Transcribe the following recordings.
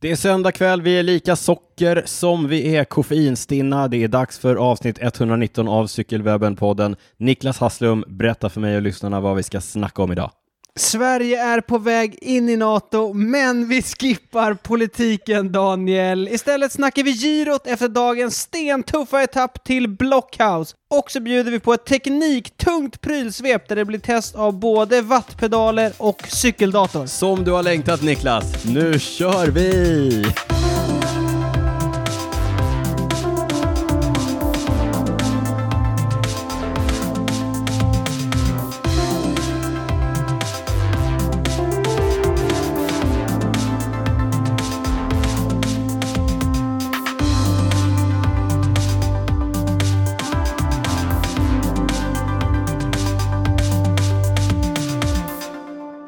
Det är söndag kväll, vi är lika socker som vi är koffeinstinna. Det är dags för avsnitt 119 av Cykelwebben-podden. Niklas Hasslum, berätta för mig och lyssnarna vad vi ska snacka om idag. Sverige är på väg in i NATO, men vi skippar politiken, Daniel. Istället snackar vi girot efter dagens stentuffa etapp till Blockhouse. Och så bjuder vi på ett tekniktungt prylsvep där det blir test av både wattpedaler och cykeldator. Som du har längtat Niklas, nu kör vi!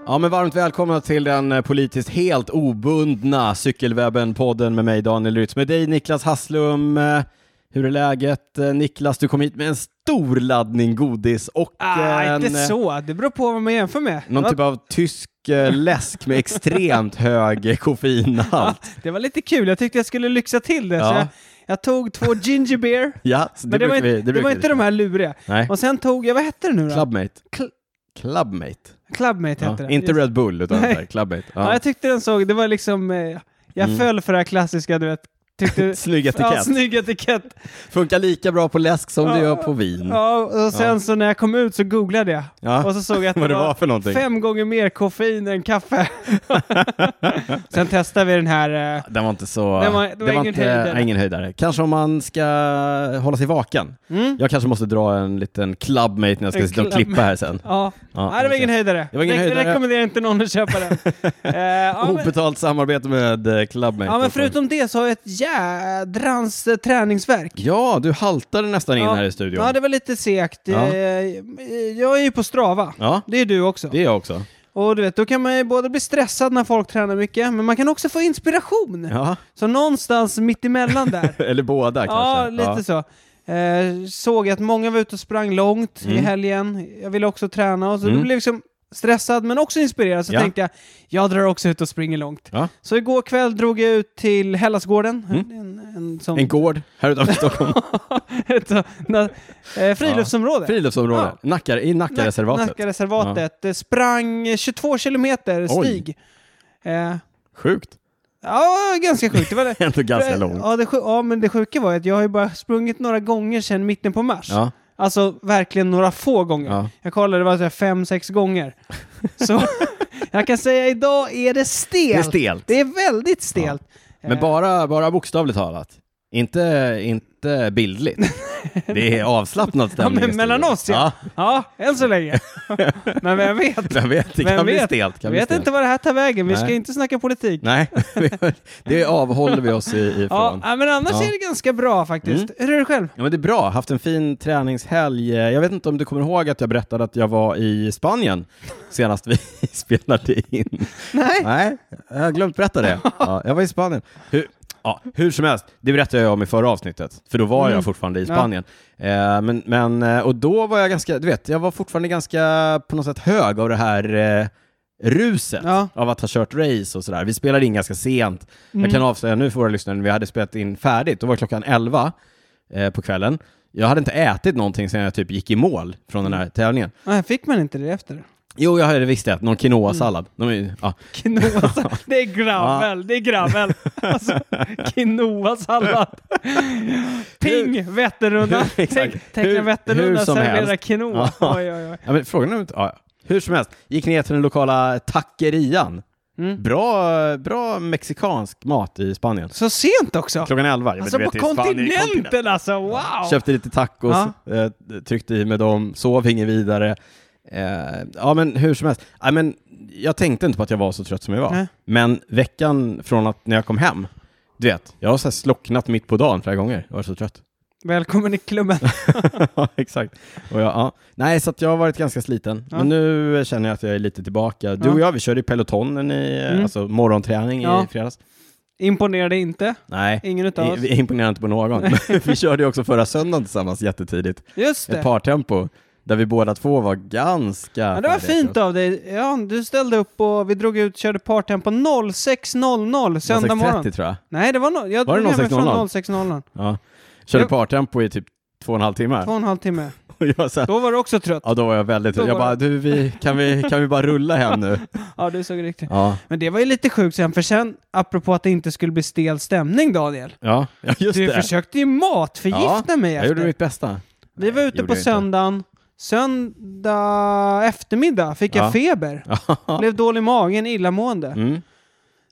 Ja, men varmt välkomna till den eh, politiskt helt obundna Cykelwebben-podden med mig Daniel Rytz, med dig Niklas Hasslum. Eh, Hur är läget? Eh, Niklas, du kom hit med en stor laddning godis och Ah, en, inte eh, så. Det beror på vad man jämför med. någon det, var, typ av tysk eh, läsk med extremt hög eh, koffeinhalt. det var lite kul. Jag tyckte jag skulle lyxa till det, Ja. så jag, jag tog två ginger beer. Ja, så det, Men det, var, brukar inte, vi. det, brukar var vi inte de här luriga. Nej. Och sen tog jag, vad hette det nu då? Clubmate. Cl- Clubmate. Clubmate Ja. hette det. Inte Just- Red Bull, utan Nej. så här, Clubmate. Ja. Ja. jag tyckte den såg, det var liksom, eh, jag Mm. föll för det här klassiska du vet. Tyckte, Snygg ja, etikett. snygg etikett. Funkar lika bra på läsk som det Ja. gör på vin. Ja, och sen Mm. Ja. så när jag kom ut så googlade jag. Ja. Och så såg jag att Vad det var för någonting. fem gånger mer koffein än kaffe. sen testade vi den här, eh, Den var inte så... Den var- det var ingen höjdare. ingen höjdare. Kanske om man ska hålla sig vaken. mm, Jag kanske måste dra en liten clubmate när jag ska En sitta och club- klippa här sen. ja. Ja, Nej, det var ingen höjdare. Det var ingen Re- höjdare. rekommenderar inte någon att köpa den. Eh, ja, men, Obetalt samarbete med eh, clubmate. ja, men förutom det så har jag ett jädrans eh, träningsvärk. Ja, du haltade nästan in Ja. här i studion. Ja, det var lite segt. Ja. Eh, Jag är ju på Strava. Ja, Det är du också. det är jag också. Och du vet, då kan man ju både bli stressad när folk tränar mycket, men man kan också få inspiration. Ja. Så någonstans mitt emellan där. Eller båda ja, kanske. lite så. Eh, såg jag att många var ute och sprang långt i Mm. helgen. Jag ville också träna och så Mm. då blev jag liksom stressad men också inspirerad. Så Ja. tänkte jag, jag drar också ut och springer långt. Ja. Så igår kväll drog jag ut till Hellasgården. Mm. En, en, sån- En gård här utanför Stockholm. ett sånt- na- eh, friluftsområde. Friluftsområde. Ja. Nackar, I Nackareservatet. Nackareservatet. Ja. Sprang 22 kilometer Oj. stig. Eh, Sjukt. ja, ganska sjukt. Det var det. Ändå ganska långt. Ja, det sju- ja, men det sjuka var ju att jag har ju bara sprungit några gånger sedan mitten på mars. Ja. Alltså verkligen några få gånger. Ja. Jag kollade, det var så här fem, sex gånger. Så jag kan säga idag är det stelt. Det är stelt. Det är väldigt stelt. Men Eh, bara, bara bokstavligt talat. Inte, inte bildligt. Det är avslappnad stämning. men i studion. mellan oss, ja. Ja, än så länge. men vem vet? Ja, Vem vet, det Vem kan bli vet? stelt. Kan Jag bli vet stelt. inte vad det här tar vägen. Vi Nej. ska inte snacka politik. Nej, det avhåller vi oss i- Ja, ifrån. nej, men annars Ja. Mm. är det ganska bra faktiskt. Hur är det själv? Ja men det är bra, haft en fin träningshelg. Eh, Jag vet inte om du kommer ihåg att jag berättade att jag var i Spanien senast vi spelade in. Nej. Nej, jag har glömt berätta det. Ja, jag var i Spanien. Hur, ja, hur som helst, det berättade jag om i förra avsnittet, för då var Mm. jag fortfarande i Ja. Spanien. Eh, men, men, eh, och då var jag ganska, du vet, jag var fortfarande ganska på något sätt hög av det här eh, ruset Ja. av att ha kört race och sådär. Vi spelade in ganska sent. Mm. Jag kan avslöja nu för våra lyssnare, när vi hade spelat in färdigt, då var klockan 11 eh, på kvällen. Jag hade inte ätit någonting sedan jag typ gick i mål från den här tävlingen. Nej, fick man inte det efter? Jo, jag hade visst det, någon quinoa-sallad. De Mm. är, ju- ja, Quinoa, det är gravel, det är gravel. Alltså, quinoa-sallad. Ping, Vätternrundan. Exakt. Tänk, tänk när Hur- hur Vätternrundan som serverar helst. quinoa. Ja. Oj, oj, oj. Ja, men frågan är inte... Ja, ja. Hur som helst, gick ner till den lokala taquerian. Mm. Bra, bra mexikansk mat i Spanien. Så sent också! Klockan 11. Jag Alltså vet, på det är Spanien, det är kontinent. kontinenten alltså, wow! Köpte lite tacos, eh, tryckte i med dem, sov inget vidare. Eh, ja, men hur som helst. Ja, men jag tänkte inte på att jag var så trött som jag var. Nej. Men veckan från att när jag kom hem, du vet, jag har så här slocknat mitt på dagen flera gånger. Jag var så trött. Välkommen i klubben. ja, exakt. Och jag, ja. Nej, så att jag har varit ganska sliten. Ja. Men nu känner jag att jag är lite tillbaka. Du Ja. och jag, vi körde i pelotonen i eh, Mm. alltså, morgonträning Ja. i fredags. Imponerade inte, Nej, ingen utav vi, oss. vi imponerar inte på någon. vi körde ju också förra söndagen tillsammans jättetidigt. Just Ett det, partempo. där vi båda två var ganska... Ja, det var färdiga. fint av dig. Ja, du ställde upp och vi drog ut körde parten på 06.00 söndag morgon. 06.30 tror jag. Nej, det var, no- jag Var det drog hemifrån 06.00? 06.00. Ja. Körde Jag- partempo i typ två och en halv timme. Två och en halv timme. Och jag så här, Då var du också trött. ja, då var jag väldigt Då Jag var bara, du, vi, kan, vi, kan vi bara rulla hem nu? Ja, du såg riktigt. Ja, Men det var ju lite sjukt sen, för sen, apropå att det inte skulle bli stel stämning, Daniel. ja, ja just Du det. försökte ju matförgifta mig Jag gjorde efter. mitt bästa. Vi var ute gjorde på jag inte. söndagen. Söndag eftermiddag fick jag Ja. feber. Blev dålig i magen, illamående. Mm.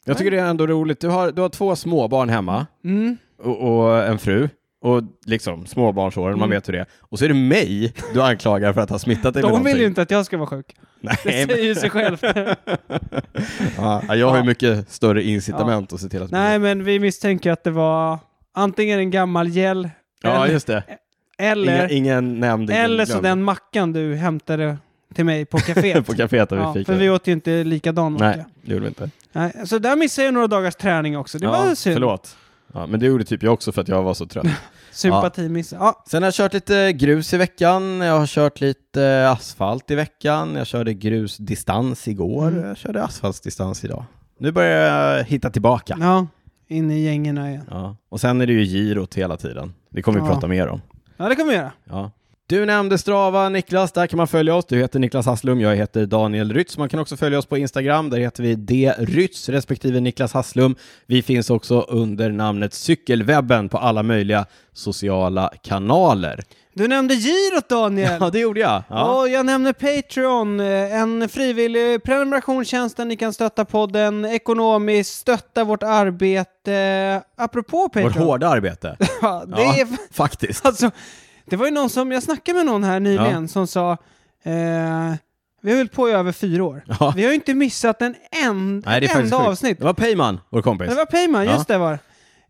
Jag tycker det är ändå roligt. Du har, du har två småbarn hemma Mm. och, och en fru. Och liksom småbarnsåren, Mm. man vet hur det är. Och så är det mig du anklagar för att ha smittat dig med De vill ju någonting. inte att jag ska vara sjuk. Det Nej, men, säger ju sig självt. ja, jag har ju mycket större incitament att se till att... Nej, men vi misstänker att det var antingen en gammal gel ja, eller, just det. eller, Ingen, ingen nämnd, ingen eller så glömd. den mackan du hämtade till mig på kaféet. på kaféet där ja, vi fick för vi åt ju inte likadan Nej, macka. det gjorde vi inte. Nej, så där missade jag några dagars träning också. Det var synd. Förlåt. Ja, men det gjorde typ jag också för att jag var så trött. Sympatimiss. Ja. Sen har jag kört lite grus i veckan, jag har kört lite eh, asfalt i veckan, jag körde grusdistans igår, Mm. jag körde asfaltsdistans idag. Nu börjar jag hitta tillbaka. ja, in i gängen igen. Ja. Och sen är det ju girot hela tiden. Det kommer vi Ja. prata mer om. Ja, det kommer vi göra. Ja. Du nämnde Strava, Niklas. Där kan man följa oss. Du heter Niklas Hasslum, jag heter Daniel Rytz. Man kan också följa oss på Instagram. Där heter vi drytz respektive Niklas Hasslum. Vi finns också under namnet Cykelwebben på alla möjliga sociala kanaler. Du nämnde girot Daniel. Ja, det gjorde jag. Ja. Och jag nämner Patreon, eh, en frivillig prenumerationstjänst där ni kan stötta podden ekonomiskt, stötta vårt arbete. Apropå Vårt Patreon. hårda arbete. Ja, det, Ja. är, Faktiskt. alltså, det var ju någon som, jag snackade med någon här nyligen som sa eh, vi har hållit på i över fyra år. Ja. Vi har ju inte missat en, en Nej, det är ett faktiskt enda sjukt. avsnitt. Det var Peyman, vår kompis. Det var Peyman, Ja. just det var det.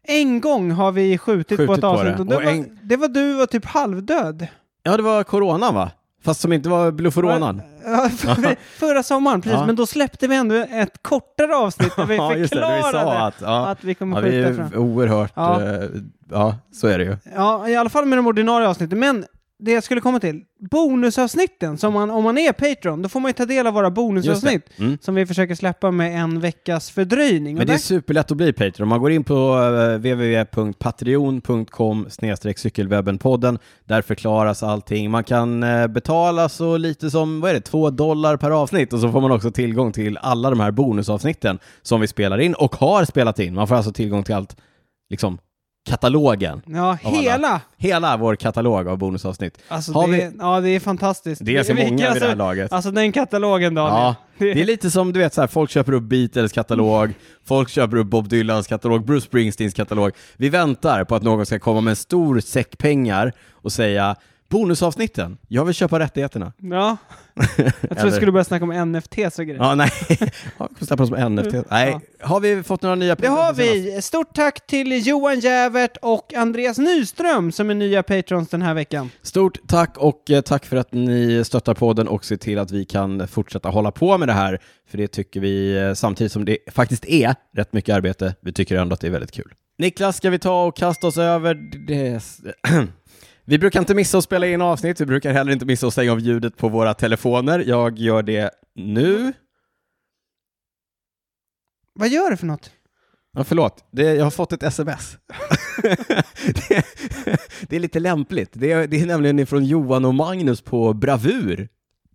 En gång har vi skjutit, på Skjutit ett på avsnitt. det. Och det, Och var, en- det var du var typ halvdöd. Ja, det var corona va? Fast som inte var bluforonan. Ja, för, förra sommaren, precis. Ja. Men då släppte vi ändå ett kortare avsnitt där vi Ja, just det, där förklarade vi sa att, att, ja. vi kommer Ja, skjuta vi fram. är oerhört... Ja. eh, ja, så är det ju. Ja, i alla fall med de ordinarie avsnitten. Men det jag skulle komma till, bonusavsnitten, som man, om man är Patreon, då får man ju ta del av våra bonusavsnitt Mm. som vi försöker släppa med en veckas fördröjning. Men Och det är där, superlätt att bli Patreon. Man går in på eh, www.patreon.com cykelwebbenpodden. Där förklaras allting. Man kan eh, betala så lite som, vad är det, två dollar per avsnitt och så får man också tillgång till alla de här bonusavsnitten som vi spelar in och har spelat in. Man får alltså tillgång till allt, liksom katalogen. ja, alla. hela. Hela vår katalog av bonusavsnitt. Alltså, Har det, vi- är- ja, det är fantastiskt. Det är ganska Vi- vi- många vid alltså, det här laget. Alltså den katalogen, Daniel. Ja, det, det är lite som du vet så här, folk köper upp Beatles katalog, folk köper upp Bob Dylans katalog, Bruce Springsteens katalog. Vi väntar på att någon ska komma med en stor säck pengar och säga bonusavsnitten, jag vill köpa rättigheterna. ja. Jag trodde du Eller- skulle börja snacka om NFTs och grejer. Ja, nej. Ja, vi kommer släppa dem som NFT. Nej, har vi fått några nya Det har presenter senast? vi. Stort tack till Johan Jävert och Andreas Nyström som är nya patrons den här veckan. Stort tack och eh, tack för att ni stöttar podden och ser till att vi kan fortsätta hålla på med det här. För det tycker vi, eh, samtidigt som det faktiskt är rätt mycket arbete, vi tycker ändå att det är väldigt kul. Niklas, ska vi ta och kasta oss över det... Vi brukar inte missa att spela in avsnitt, vi brukar heller inte missa att stänga av ljudet på våra telefoner. Jag gör det nu. Vad gör du för något? Ja, förlåt, det, jag har fått ett sms. det, det är lite lämpligt. Det, är- det är nämligen från Johan och Magnus på Bravur.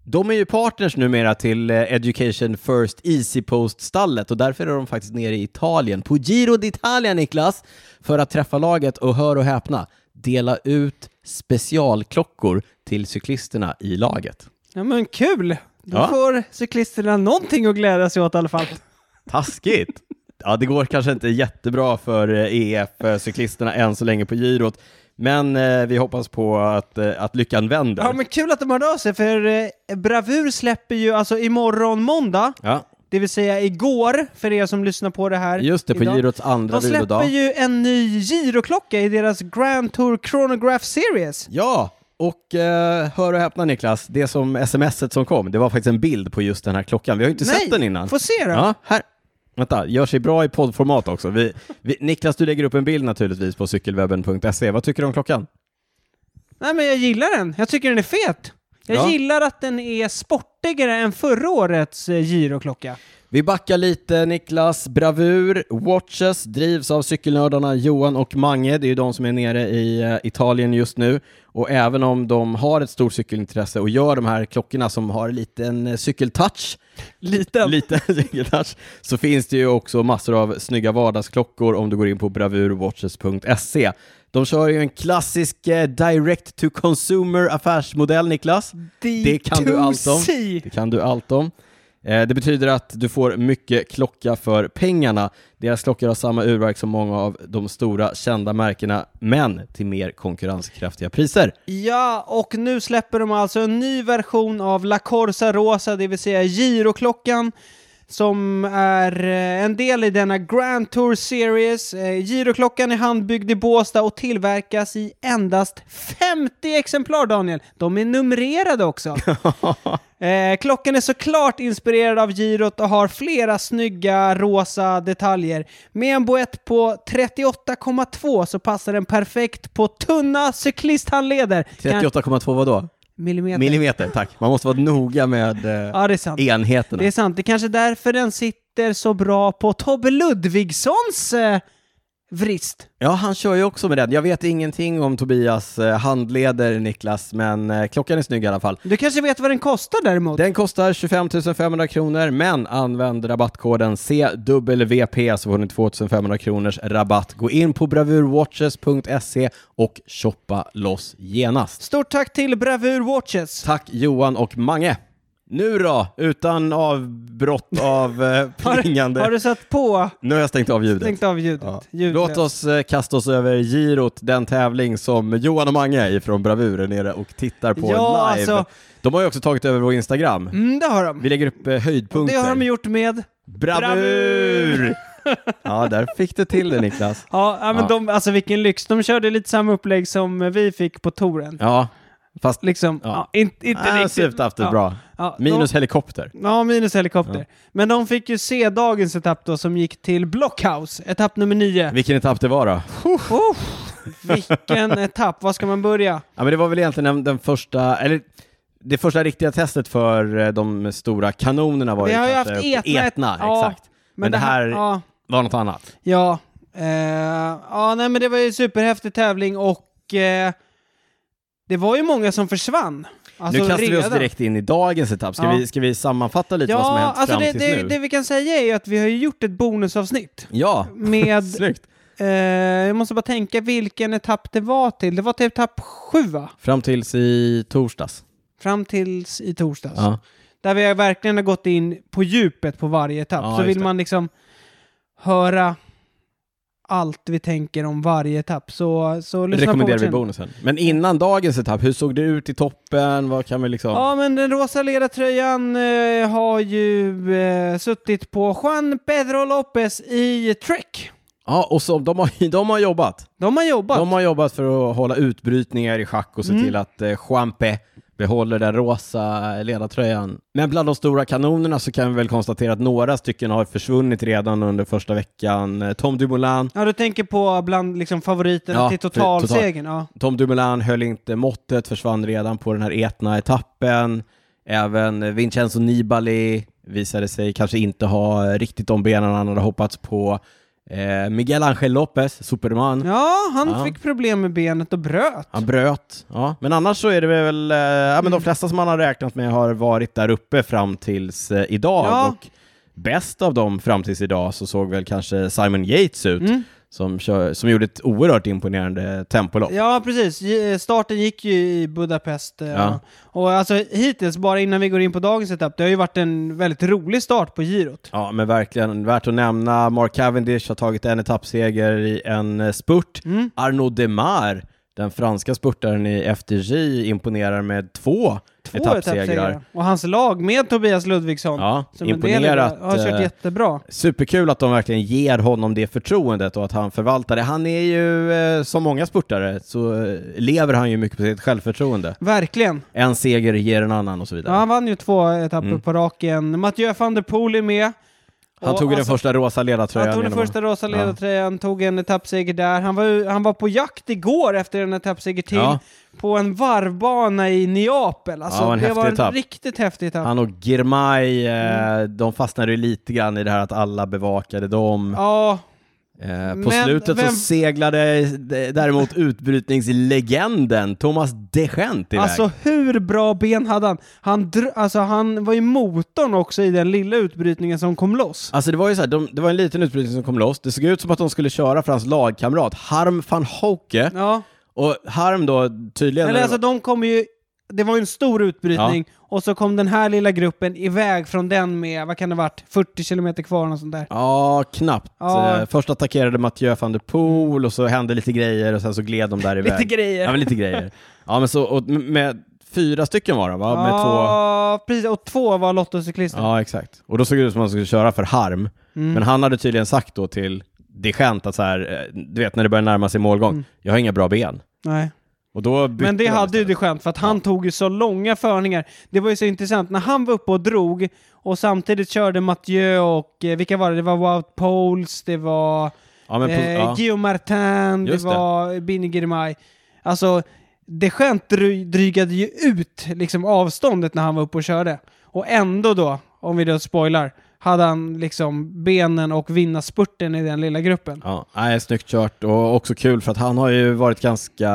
De är ju partners numera till eh, Education First Easy Post-stallet och därför är de faktiskt nere i Italien, på Giro d'Italia Niklas, för att träffa laget och hör och häpna, dela ut specialklockor till cyklisterna i laget. Ja men kul! Då Ja. får cyklisterna någonting att glädja sig åt i alla fall. Taskigt! Ja, det går kanske inte jättebra för EF-cyklisterna än så länge på girot, men eh, vi hoppas på att, eh, att lyckan vänder. Ja men kul att de hörde av sig för eh, Bravur släpper ju alltså imorgon måndag, Ja, det vill säga igår för er som lyssnar på det här. just det, på idag. girots andra De släpper vilodag. ju en ny giroklocka i deras Grand Tour Chronograph Series. Ja, och eh, hör och häpna Niklas, det som smset som kom, det var faktiskt en bild på just den här klockan. Vi har ju inte sett den innan. Få se då. Ja, här. Vänta, gör sig bra i poddformat också. Vi, vi, Niklas, du lägger upp en bild naturligtvis på cykelwebben.se. Vad tycker du om klockan? Nej men jag gillar den, jag tycker den är fet. Jag Ja. gillar att den är sportigare än förra årets eh, giroklocka. Vi backar lite Niklas. Bravur Watches drivs av cykelnördarna Johan och Mange. Det är ju de som är nere i eh, Italien just nu. Och även om de har ett stort cykelintresse och gör de här klockorna som har lite en eh, cykeltouch, Liten. lite cykeltouch, så finns det ju också massor av snygga vardagsklockor om du går in på bravurwatches.se. De kör ju en klassisk eh, direct to consumer affärsmodell, Niklas. Det kan du allt om. D2C. Det kan du allt om. Eh, Det betyder att du får mycket klocka för pengarna. Deras klockor har samma urverk som många av de stora kända märkena, men till mer konkurrenskraftiga priser. Ja, och nu släpper de alltså en ny version av La Corsa Rosa, det vill säga giroklockan, som är eh, en del i denna Grand Tour Series. Eh, Giroklockan är handbyggd i Båstad och tillverkas i endast 50 exemplar, Daniel. De är numrerade också. Eh, klockan är såklart inspirerad av girot och har flera snygga rosa detaljer. Med en boett på 38,2 så passar den perfekt på tunna cyklisthandleder. Kan- 38,2 vadå? millimeter. Millimeter, tack. Man måste vara noga med eh, ja, det är sant. enheterna. Det är sant. Det är kanske därför den sitter så bra på Tobbe Ludvigssons eh, vrist. Ja, han kör ju också med den. Jag vet ingenting om Tobias eh, handleder, Niklas, men eh, klockan är snygg i alla fall. Du kanske vet vad den kostar däremot? Den kostar 25 500 kronor, men använd rabattkoden CWP så får ni 2500 kronors rabatt. Gå in på bravurwatches.se E och shoppa loss genast. Stort tack till Bravur Watches. Tack Johan och Mange. Nu då, utan avbrott av eh, plingande. Har du satt på? Nu har jag stängt av ljudet. Stängt av ljudet. Ja. Ljudet. Låt oss eh, kasta oss över girot, den tävling som Johan och Mange ifrån Bravur är nere och tittar på Ja, live. alltså. De har ju också tagit över vår Instagram. Mm, det har de. Vi lägger upp eh, höjdpunkter. Det har de gjort med... Bravur! ja, där fick du till det Niklas. Ja, ja men Ja. De, alltså vilken lyx. De körde lite samma upplägg som eh, vi fick på touren. Ja, fast Liksom, Ja. ja. inte, inte ah, riktigt. slutaftet Ja. bra. Ja, Minus helikopter. De, ja, minus helikopter. Men de fick ju se dagens etapp då som gick till Blockhouse, etapp nummer nio. Vilken etapp det var då? Oh, vilken etapp, var ska man börja? Ja, men det var väl egentligen den, den första, eller det första riktiga testet för eh, de stora kanonerna var Vi ju har ju kanske haft uppe- Etna, Etna ja, exakt. Men, det här Ja, var något annat. ja, eh, ja nej, men det var ju en superhäftig tävling och eh, det var ju många som försvann. Alltså, nu kastar vi oss redan. direkt in i dagens etapp. Ska, Ja. vi, ska vi sammanfatta lite vad som har hänt alltså fram det, tills det, nu? det vi kan säga är ju att vi har ju gjort ett bonusavsnitt Ja, med, snyggt. eh, jag måste bara tänka vilken etapp det var till. Det var till etapp sju va? Fram tills i torsdags. Fram tills i torsdags. Ja. Där vi verkligen har gått in på djupet på varje etapp. Ja, Så just vill det. man liksom höra allt vi tänker om varje etapp så, så lyssna på rekommenderar vårt vi sen. bonusen. Men innan dagens etapp, hur såg det ut i toppen? Vad kan vi liksom... Ja, men den rosa ledartröjan eh, har ju eh, suttit på Juan Pedro Lopez i Trek. Ja, och så, de, har, de har jobbat. De har jobbat. Mm. De har jobbat för att hålla utbrytningar i schack och se till att eh, Juanpe behåller den rosa ledartröjan. Men bland de stora kanonerna så kan vi väl konstatera att några stycken har försvunnit redan under första veckan. Eh, Tom Dumoulin, Ja, du tänker på bland liksom favoriterna Ja, till för- totalsegern. Ja. Tom Dumoulin höll inte måttet, försvann redan på den här Etna-etappen. Även eh, Vincenzo Nibali visade sig kanske inte ha eh, riktigt de benen han hade hoppats på. Eh, Miguel Angel Lopez, Superman, ja, han Ja. fick problem med benet och bröt. han bröt. Ja. Men annars så är det väl, eh, ja Mm. men de flesta som man har räknat med har varit där uppe fram tills eh, idag. Ja. Och bäst av dem fram tills idag så såg väl kanske Simon Yates ut, Mm. som, kör, som gjorde ett oerhört imponerande tempolopp. Ja, precis. G- Starten gick ju i Budapest. eh, Ja. Och alltså hittills, bara innan vi går in på dagens etapp, det har ju varit en väldigt rolig start på girot. Ja, men verkligen. Värt att nämna, Mark Cavendish har tagit en etappseger i en eh, spurt. Mm. Arnaud Demar, den franska spurtaren i FDJ, imponerar med två, Två etappsegrar. Och hans lag med Tobias Ludvigsson, Ja, som en del i det, imponerat. har kört eh, jättebra. Superkul att de verkligen ger honom det förtroendet och att han förvaltar det. Han är ju, eh, som många spurtare, så eh, lever han ju mycket på sitt självförtroende. Verkligen. En seger ger en annan och så Ja, vidare. han vann ju två etapper Mm. på raken. Mathieu van der Poel är med. Han Och tog ju den alltså- första rosa ledartröjan. Han tog den genom att- första rosa ledartröjan, tog en etappseger där. Han var, han var på jakt igår efter en etappseger till Ja. på en varvbana i Neapel. Alltså, Ja, en det häftig var en etapp. riktigt häftig etapp. Han och Girmay, eh, Mm. de fastnade ju lite grann i det här att alla bevakade dem. Ja, Eh, på men slutet vem- så seglade d- däremot utbrytningslegenden Thomas Degent iväg. alltså hur bra ben hade han? Han, dr- alltså, han var ju motorn också i den lilla utbrytningen som kom loss. Alltså det var ju så här, de, det var en liten utbrytning som kom loss. Det såg ut som att de skulle köra för hans lagkamrat Harm van Hoke. Ja. Och Harm då tydligen... Eller alltså de kom ju, det var ju en stor utbrytning och så kom den här lilla gruppen iväg från den med, vad kan det varit, 40 kilometer kvar och sånt där. Ja, knappt. Ja. Eh, Först attackerade Mathieu van der Poel och så hände lite grejer och sen så gled de där iväg. Lite grejer. Ja, men lite grejer. Ja, men så och m- med fyra stycken var de va? Med två... Ja, precis. Och två var lottocyklister. Ja, exakt. Och då såg det ut som att man skulle köra för harm. Mm. Men han hade tydligen sagt då till Degent att så här, eh, du vet när det börjar närma sig målgång, jag har inga bra ben. Nej. Och då bytte Mm. Men det de hade ju istället. det skönt för att han tog ju så långa förningar. Det var ju så intressant när han var uppe och drog och samtidigt körde Mathieu och eh, vilka var det? Det var Wout Poles, det var ja, men på, eh, ja. Guillaume Martin, det Just det. var Binny Girmay. Alltså, det skönt dry- drygade ju ut liksom avståndet när han var uppe och körde. Och ändå då, om vi då spoilar, hade han liksom benen och vinnarspurten i den lilla gruppen. Ja, nej, snyggt kört och också kul för att han har ju varit ganska,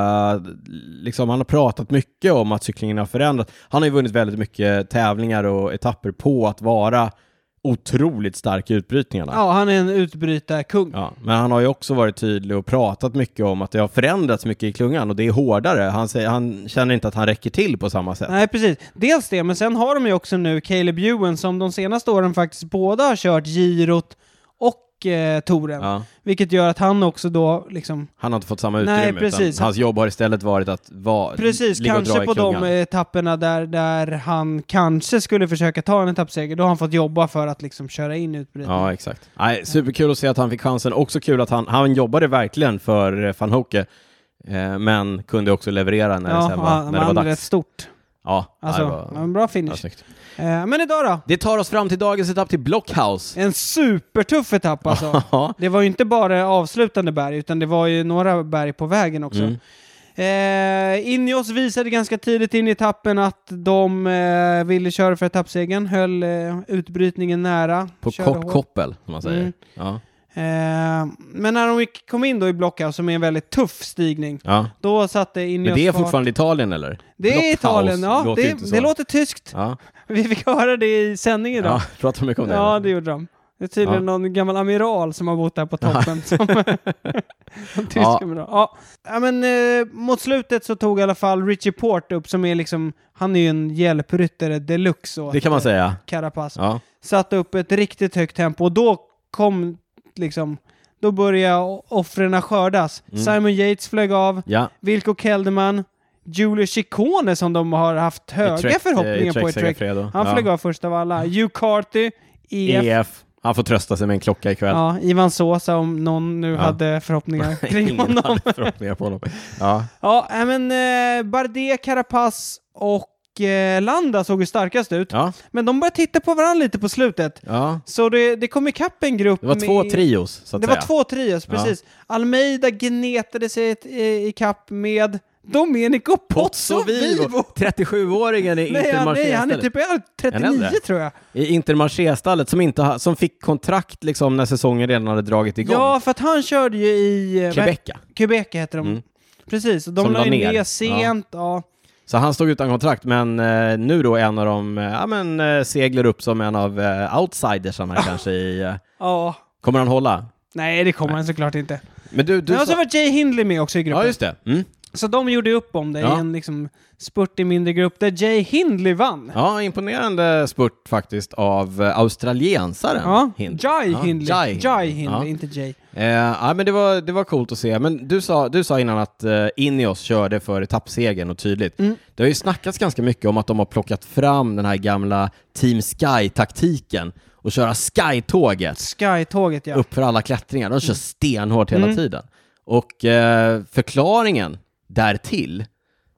liksom han har pratat mycket om att cyklingen har förändrats. Han har ju vunnit väldigt mycket tävlingar och etapper på att vara otroligt stark i utbrytningarna. Ja, han är en utbrytarkung. Ja, men han har ju också varit tydlig och pratat mycket om att det har förändrats mycket i klungan och det är hårdare. Han, säger, han känner inte att han räcker till på samma sätt. Nej, precis. Dels det, men sen har de ju också nu Caleb Ewan som de senaste åren faktiskt båda har kört girot och eh, touren. Ja, Vilket gör att han också då liksom... han har inte fått samma Nej, utrymme precis. utan hans jobb har istället varit att vara, Precis, ligga och dra kanske i på de klungan. etapperna där, där han kanske skulle försöka ta en etappseger, då har han fått jobba för att liksom köra in utbrytningen. Ja, exakt. Nej, superkul att se att han fick chansen. Också kul att han, han jobbade verkligen för eh, van Hoke, eh, men kunde också leverera när det sen var, han- när det var han är rätt dags. stort. Ja, Alltså, det var, en bra ja, finish. snyggt. Eh, men idag då? Det tar oss fram till dagens etapp till Blockhouse. En supertuff etapp alltså. Ja, Det var ju inte bara avslutande berg, utan det var ju några berg på vägen också. Mm. Eh, Ineos visade ganska tidigt in i etappen att de eh, ville köra för etappsegern, höll eh, utbrytningen nära. på körde kort hårt. koppel, som man säger. Mm. Ja. Eh, men när de gick- kom in då i Blockhouse, som är en väldigt tuff stigning, Ja. då satte Ineos Men det är fart. fortfarande Italien, eller? Det är Blockhouse Italien, ja. låter ju det, inte så. det låter tyskt. Ja, Vi fick höra det i sändning idag. ja pratar mycket om det. Ja, det gjorde de. Det är tydligen någon gammal amiral som har bott där på toppen. som, en tysk Ja. amiral. Ja. ja, men eh, mot slutet så tog i alla fall Richie Port upp som är liksom, han är ju en hjälpryttare deluxe åt Det kan man eh, säga. Carapaz. Ja. Satte upp ett riktigt högt tempo och då kom liksom, då började o- offren skördas. Mm. Simon Yates flög av, Ja. Wilco Kelderman, Julio Ciccone som de har haft höga I Trek- förhoppningar i Trek på i Sega Trek. Fredo. Han ja. flög av E först av alla. Hugh Carty, EF, EF. Han får trösta sig med en klocka ikväll. Ja, Ivan Sosa om någon nu Ja. hade förhoppningar kring Ingen honom. hade förhoppningar på honom. Ja. Ja, äh, men eh, Bardet, Carapaz och eh, Landa såg ju starkast ut. Ja. Men de började titta på varandra lite på slutet. ja. Så det, det kom ikapp en grupp Det var två med... trios, så att Det säga. var två trios, Ja. precis. Almeida gnetade sig ett, eh, ikapp med Domenico Pozzo Vivo. 37-åringen i Nej, han, nej, han är Intermarché-stallet. typ är 39 äldre? tror jag. I Intermarché-stallet som, inte ha- som fick kontrakt liksom när säsongen redan hade dragit igång. Ja, för att han körde ju i... eh, vad- Quebeca. Quebec heter de. Mm. Precis, och de Som la la ju ner. ner sent. Ja. Så han stod utan kontrakt, men eh, nu då en av dem eh, ja, men, eh, seglar upp som en av eh, outsidersarna kanske i... Eh, Ja. kommer han hålla? Nej, det kommer han såklart inte. Men du, du Men och sa- så var Jay Hindley med också i gruppen. Ja, just det. Mm. Så de gjorde upp om det Ja. i en liksom, spurt i mindre grupp där Jay Hindley vann. Ja, imponerande spurt faktiskt av eh, australiensaren Ja, Hind. Jai Ja, Hindley. Jai Jai, Hindley. Hindley, Ja. inte Jay. Eh, ja, men det var, det var coolt att se. Men du sa, du sa innan att eh, Ineos körde för etappsegern och tydligt. Mm. Det har ju snackats ganska mycket om att de har plockat fram den här gamla Team Sky-taktiken och köra Sky-tåget Sky-tåget ja. Mm. upp för alla klättringar. De kör stenhårt hela tiden. Och eh, förklaringen därtill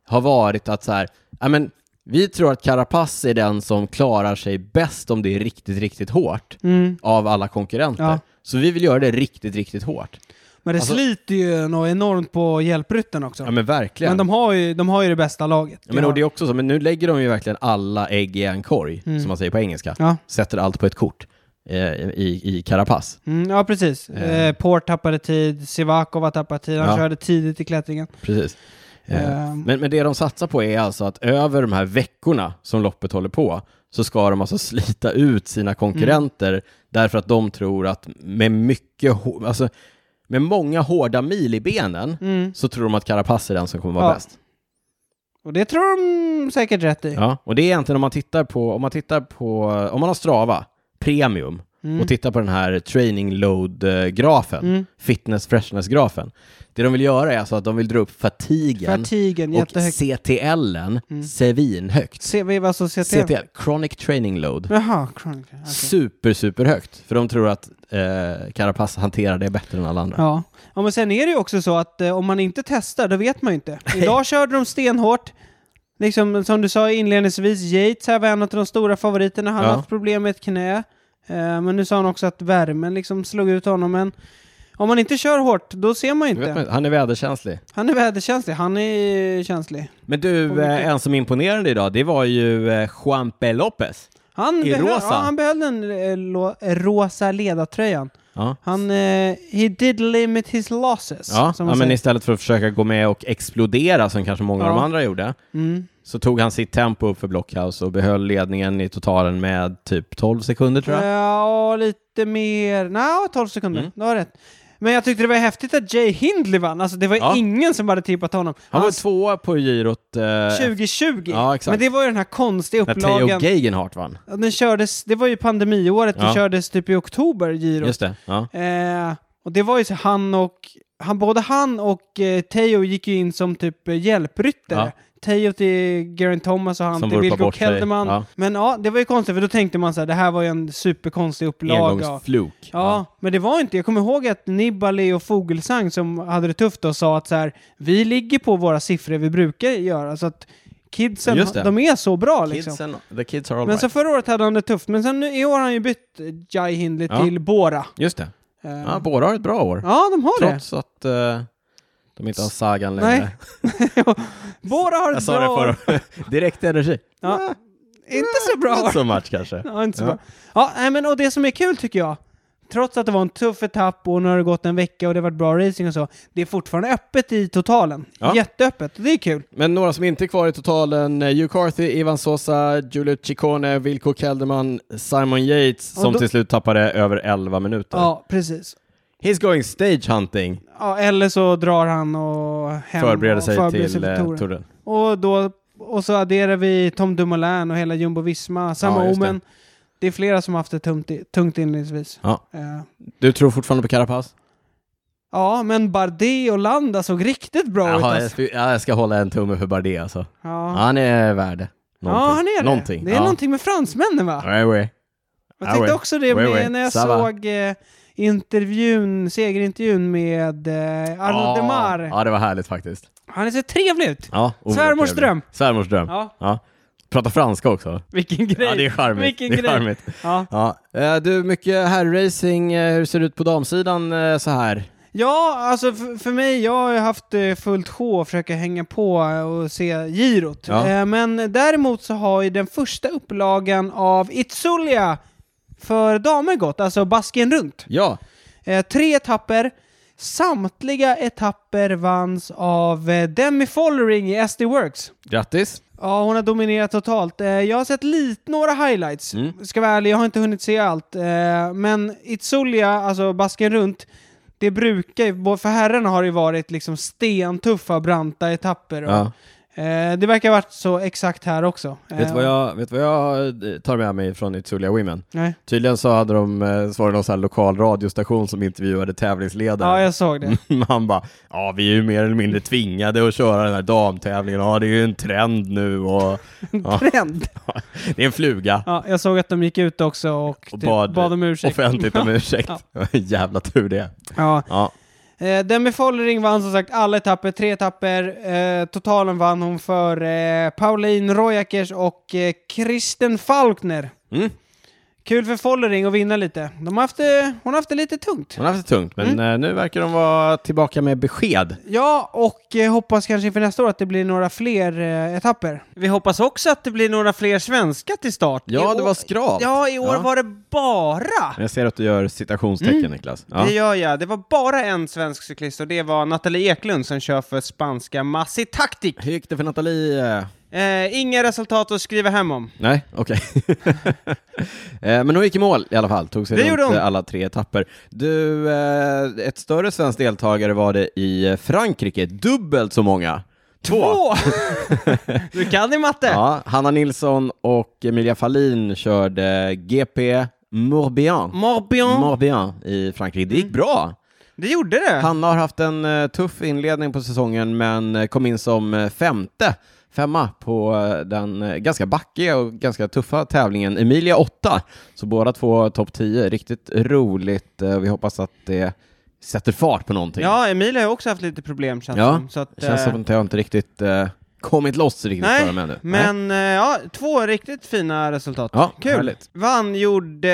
har varit att så här, ja, men Vi tror att Carapaz är den som klarar sig bäst om det är riktigt, riktigt hårt Mm. av alla konkurrenter. Ja. Så vi vill göra det riktigt, riktigt hårt. Men det Alltså- sliter ju något enormt på hjälprytten också. Ja men verkligen. men de har, ju, de har ju det bästa laget. ja, men, och det är också så, men nu lägger de ju verkligen alla ägg i en korg, Mm. som man säger på engelska. ja. Sätter allt på ett kort eh, i, i Carapaz. Mm, ja, precis. Eh. Eh, Port tappade tid, Sivakova tappade tid, han Ja. körde tidigt i klättringen. Precis. Eh, Ehm. Men, men det de satsar på är alltså att över de här veckorna som loppet håller på så ska de alltså slita ut sina konkurrenter därför att de tror att med mycket, hå- alltså med många hårda mil i benen Mm. så tror de att Carapaz är den som kommer vara Ja. bäst. Och det tror de säkert rätt i. Ja, och det är egentligen om man tittar på, om man tittar på, om man har Strava, Premium, Mm. och tittar på den här training load-grafen, Mm. fitness freshness-grafen. Det de vill göra är alltså att de vill dra upp fatigen Fatigen, och jättehögt. Mm. CTL-en svinhögt. Se, vi var alltså CTM. CTL, Chronic Training Load. Jaha, Chronicle. okej. Super, super högt. För de tror att eh, Carapaz hanterar det bättre än alla andra. Ja. ja, men sen är det ju också så att eh, om man inte testar, då vet man ju inte. Idag körde de stenhårt. Liksom som du sa inledningsvis, Yates här var en av de stora favoriterna. Han har Ja. haft problem med ett knä. Eh, men nu sa han också att värmen liksom slog ut honom. Men om man inte kör hårt, då ser man ju Du vet man inte. inte, han är väderkänslig. Han är väderkänslig. Han är känslig. Men På du, vilket- eh, en som imponerade idag, det var ju eh, Juanpe Lopez. Han, I behöll, rosa. Ja, han behöll den eh, lo- eh, rosa ledartröjan. Ja. Han, eh, he did limit his losses. Ja, som ja man men säger. istället för att försöka gå med och explodera som kanske många av Ja. de andra gjorde, Mm. så tog han sitt tempo upp för Blockhouse och behöll ledningen i totalen med typ 12 sekunder tror Eh, jag. Ja, lite mer. Nej, 12 sekunder. Mm. Du har rätt. Men jag tyckte det var häftigt att Jay Hindley vann. Alltså det var Ja. ingen som hade tippat honom. Han var Han- tvåa på girot. Eh, 2020. Ja, exakt. Men det var ju den här konstiga när Theo upplagan. Geigenhardt vann. Ja, Den kördes, det var ju pandemiåret, Ja. det kördes typ i oktober, Giro. Just det. Ja. Eh, och det var ju så han och, han, både han och eh, Teo gick ju in som typ eh, hjälpryttare. Ja. Teo till Geraint Thomas och han Som till vurpar Wilco bort sig. Kelderman. Ja. Men ja, det var ju konstigt för då tänkte man så här, det här var ju en superkonstig upplaga. Ja, Engångsfluk. men det var inte. Jag kommer ihåg att Nibali och Fogelsang som hade det tufft och sa att så här, vi ligger på våra siffror vi brukar göra. Så att kidsen, Just det. de är så bra liksom. Kidsen, the kids are all Men right. så förra året hade han det tufft, men sen nu- i år har han ju bytt eh, Jai Hindley Ja. till Bora. Just det. Eh, Ja, båda har ett bra år. Ja, de har Trots att eh, de inte har Sagan längre. Nej. det. Bora har Jag ett sa bra det år. förra Direkt energi. Ja, inte så bra Not år. so much kanske. Ja, inte så Ja. bra. Ja, nej, men och det som är kul tycker jag, trots att det var en tuff etapp och nu har det gått en vecka och det har varit bra racing och så, det är fortfarande öppet i totalen. Ja. Jätteöppet, det är kul. Men några som inte är kvar i totalen, eh, Hugh Carthy, Ivan Sosa, Giulio Ciccone, Wilco Kelderman, Simon Yates, Och som då- till slut tappade över 11 minuter. Ja, precis. He's going stage hunting, Ja, eller så drar han och hem förbereder och sig förbereder till för eh, touren. touren. Och, då, och så adderar vi Tom Dumoulin och hela Jumbo Visma, Sam Ja, just det. Omen. Det. är flera som har haft det tungt, i- tungt inledningsvis. Ja. Eh, Du tror fortfarande på Carapaz? ja, men Bardet och Landa såg riktigt bra Jaha, ut. eh, jag, Alltså. ska- jag ska hålla en tumme för Bardet alltså. Ja. Han är värd ja, han är det. Någonting. Det är ja. någonting med fransmännen va? Ja, ja, ja. Jag tänkte Ja, också det Oui, oui. med, när jag Ça va. såg eh, intervjun, segerintervjun med eh, Arnaud Ja. Demar. Ja, det var härligt faktiskt. Han ser trevlig ut! Ja, oerhört Svärmors trevligt. dröm. Svärmors dröm. Ja. Ja, Prata franska också. vilken grej! Ja, det är charmigt. Vilken det är grej. charmigt. Ja. Ja. Eh, Du, mycket herrracing. Eh, Hur ser det ut på damsidan eh, så här? Ja, alltså f- för mig, jag har ju haft eh, fullt sjå att försöka hänga på eh, och se girot. Ja. Eh, Men däremot så har ju den första upplagan av Itzulia för damer gått, alltså Baskien runt. Ja, Eh, Tre etapper, samtliga etapper vanns av eh, Demi Follering i SD Works. grattis. Ja, hon har dominerat totalt. Eh, Jag har sett lite, några highlights. Mm. Ska vara ärlig, jag har inte hunnit se allt. Eh, Men Itzulia, alltså Basken runt, det brukar ju, både för herrarna har det ju varit liksom stentuffa, branta etapper. Och, Ja. eh, Det verkar ha varit så exakt här också. Vet du vad jag, vet du vad jag eh, tar med mig från Itzulia Women? Nej. Tydligen så hade de, eh, så var det någon sån här lokal radiostation som intervjuade Ja, tävlingsledaren. jag såg det. Han bara, ja vi är ju mer eller mindre tvingade att köra den här damtävlingen, ja det är ju en trend nu och Ja. Trend! det är en fluga. Ja, jag såg att de gick ut också och, Och typ bad- bad om ursäkt. Offentligt om ursäkt. Jävla tur det. Ja. Ja. Eh, Eh, Demi Follering vann som sagt alla etapper, tre etapper. Eh, totalen vann hon för eh, Pauline Rojakers och eh, Kristen Falkner. Mm. Kul för Follering att vinna lite. De har haft, det- hon har haft det lite tungt. Hon har haft det tungt, Mm. men eh, nu verkar de vara tillbaka med besked. Ja, och eh, hoppas kanske inför nästa år att det blir några fler eh, etapper. Vi hoppas också att det blir några fler svenska till start. Ja, det var skralt. Ja, i år Ja. var det bara. Jag ser att du gör citationstecken, Niklas. Ja. Mm. Det gör jag. Det var bara en svensk cyklist och det var Nathalie Eklund som kör för spanska Masi Taktik. Hur gick det för Nathalie? eh? Eh, inga resultat att skriva hem om. Nej, okej. Eh, Men hon gick i mål i alla fall, tog sig Det runt gjorde hon. eh, alla tre etapper. Du, eh, ett större svenskt deltagare var det i Frankrike, dubbelt så många. Två! du kan i matte. Ja, Hanna Nilsson och Emilia Fahlin körde GP Morbihan. Morbihan. Morbihan i Frankrike. Det Mm. gick bra. det gjorde det. Hanna har haft en eh, tuff inledning på säsongen men eh, kom in som eh, femte femma på eh, den eh, ganska backiga och ganska tuffa tävlingen Emilia åtta. Så båda två topp 10. Riktigt roligt. Eh, Vi hoppas att det sätter fart på någonting. Ja, Emilia har ju också haft lite problem känns Ja, som. Så att, Det känns eh, som att jag inte riktigt eh, kommit loss riktigt för dem Nej, ännu. Nej. men eh, ja, två riktigt fina resultat. Ja, Kul! härligt. Vann gjorde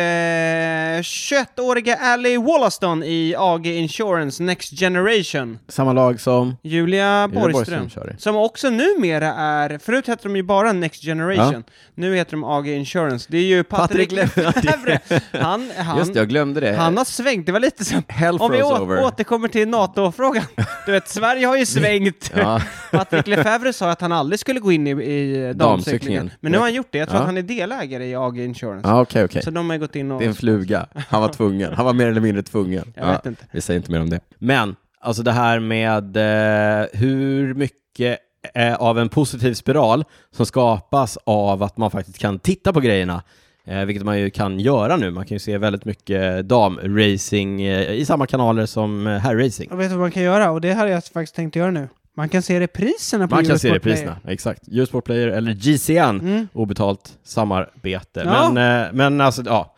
eh, 21-åriga Ally Wollaston i AG Insurance Next Generation. Samma lag som... Julia Borgström Borgström, kör i. som också numera är, förut hette de ju bara Next Generation, nu heter de AG Insurance. Det är ju Patrik, Patrik Lefebvre. Han, han, Just det, jag glömde det. han har svängt, det var lite som... Hell Om vi froze å- over. återkommer till NATO-frågan, du vet, Sverige har ju svängt. Ja. Patrik Lefebvre sa att han aldrig skulle gå in i, i damcyklingen, Damcyklingen. men nu har han gjort det. Jag tror Ja. att han är delägare i AG Insurance. Ja, okej, okej. Så de har ju gått in och... Det är en fluga. Han var tvungen. Han var mer eller mindre tvungen. Jag vet inte. Vi säger inte mer om det. Men, alltså det här med eh, hur mycket eh, av en positiv spiral som skapas av att man faktiskt kan titta på grejerna, eh, vilket man ju kan göra nu. Man kan ju se väldigt mycket damracing eh, i samma kanaler som eh, herrracing. Jag vet vad man kan göra, och det hade jag faktiskt tänkt göra nu. Man kan se repriserna på Man kan se Eurosport Play. Mm. repriserna, exakt. Eurosport Player eller GCN, obetalt samarbete. Ja. Men, eh, men alltså, ja,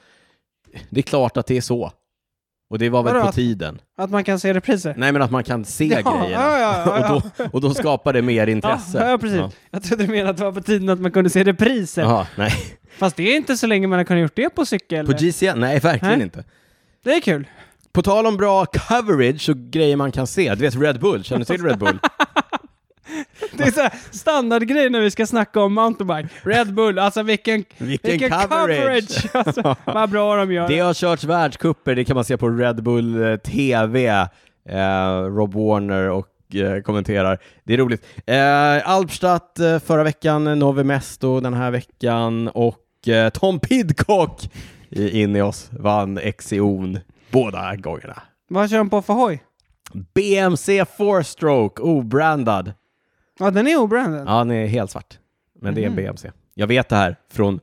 det är klart att det är så. Och det var väl Vadå på att- tiden. Att man kan se repriser. Nej, men att man kan se Ja, grejerna. ja, ja, ja. Och, då, och då skapar det mer intresse. Ja, ja precis. Jag trodde du menade att det var på tiden att man kunde se repriser. Jaha, nej. Fast det är inte så länge man har kunnat gjort det på cykel. På GCN? Nej, verkligen Nej. inte. det är kul. På tal om bra coverage och grejer man kan se. Du vet Red Bull, känner du till Red Bull? Det är så här standardgrej när vi ska snacka om mountainbike. Red Bull, alltså vilken, Vilken coverage. coverage. Alltså, vad bra de gör. Det har körts världscuper, det kan man se på Red Bull eh, TV. Eh, Rob Warner och eh, kommenterar. Det är roligt. Eh, Albstadt eh, förra veckan, eh, Novi Mesto den här veckan och eh, Tom Pidcock i- in i oss vann Exion båda gångerna. Vad kör de på för hoj? BMC 4-stroke, obrandad. Ja, den är obrandad. Ja, den är helt svart. Men Mhm. det är en BMC. Jag vet det här från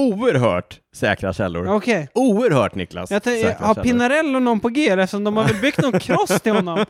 oerhört säkra källor. Okej. Oerhört Niklas! Jag tänker, säkra har källor. Pinarello någon på G eller? eftersom de har väl byggt någon cross till honom?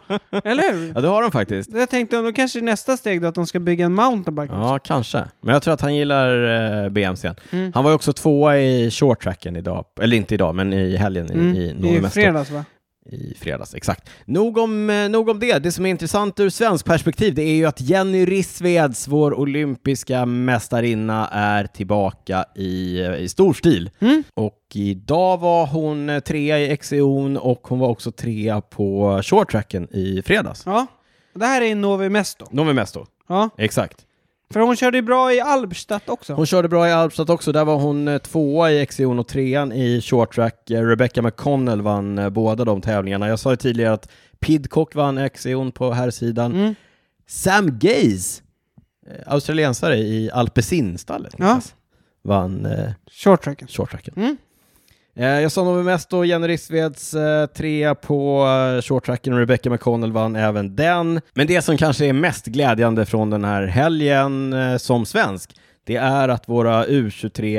Eller hur? Ja, det har de faktiskt. Jag tänkte då kanske nästa steg då att de ska bygga en mountainbike. Ja, kanske. Men jag tror att han gillar eh, BMCn. Mm. Han var ju också tvåa i short tracken idag, eller inte idag, men i helgen i, Mm. i Det är ju Novi Mesto. fredags va? I fredags, exakt. Nog om, eh, nog om det. Det som är intressant ur svensk perspektiv, det är ju att Jenny Rissveds, vår olympiska mästarinna, är tillbaka i, eh, i stor stil. Mm. Och idag var hon eh, trea i Exion och hon var också trea på short tracken i fredags. Ja. Det här är Novi Mesto. Novi Mesto, Ja. exakt. För hon körde ju bra i Albstadt också. Hon körde bra i Albstadt också. Där var hon eh, tvåa i Exion och trean i short track. Eh, Rebecca McConnell vann eh, båda de tävlingarna. Jag sa ju tidigare att Pidcock vann Exion på här sidan. Mm. Sam Gaze, eh, australiensare i Alpecin-stallet, Ja. Niklas, vann eh, Short tracken. short tracken. Mm. Eh, jag sa nog mest då Jenny Rissveds eh, trea på eh, short tracken och Rebecca McConnell vann även den. Men det som kanske är mest glädjande från den här helgen eh, som svensk, det är att våra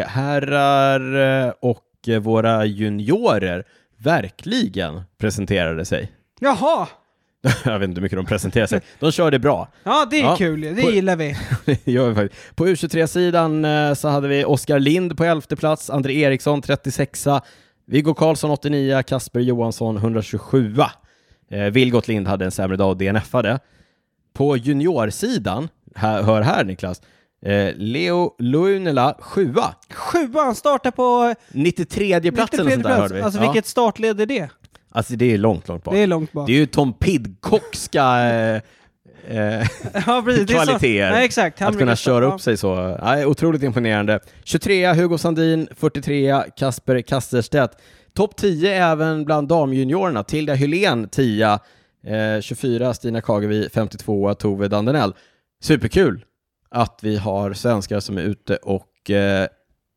U23-herrar eh, och eh, våra juniorer verkligen presenterade sig. Jaha! jag vet inte hur mycket de presenterade sig. De körde bra. Ja, det är Ja. kul ju. Det På- gillar vi. Det gör vi faktiskt. På U23-sidan eh, så hade vi Oskar Lind på 11 plats, André Eriksson 36 Viggo Karlsson 89 Kasper Johansson 127 Eh, Vilgot Lind hade en sämre dag och DNFade. På juniorsidan, här, hör här Niklas, eh, Leo Luunela sjua. Sjuan startar på 93 platsen eller 93 sånt där plats. hörde vi. Alltså Ja. vilket startled är det? alltså det är långt, långt bak. Det är långt bak. Det är ju Tom Pidcockska eh, eh, ja, precis. Det är så- kvaliteter. Nej, exakt. Han att kunna brukar stå- köra ja. upp sig så. Nej, otroligt imponerande. 23 Hugo Sandin, 43 Kasper Kasterstedt. Topp 10 även bland damjuniorerna. Tilda Hylén 10, eh, 24 Stina Kagevi, 52 Tove Dandenell. Superkul att vi har svenskar som är ute och eh,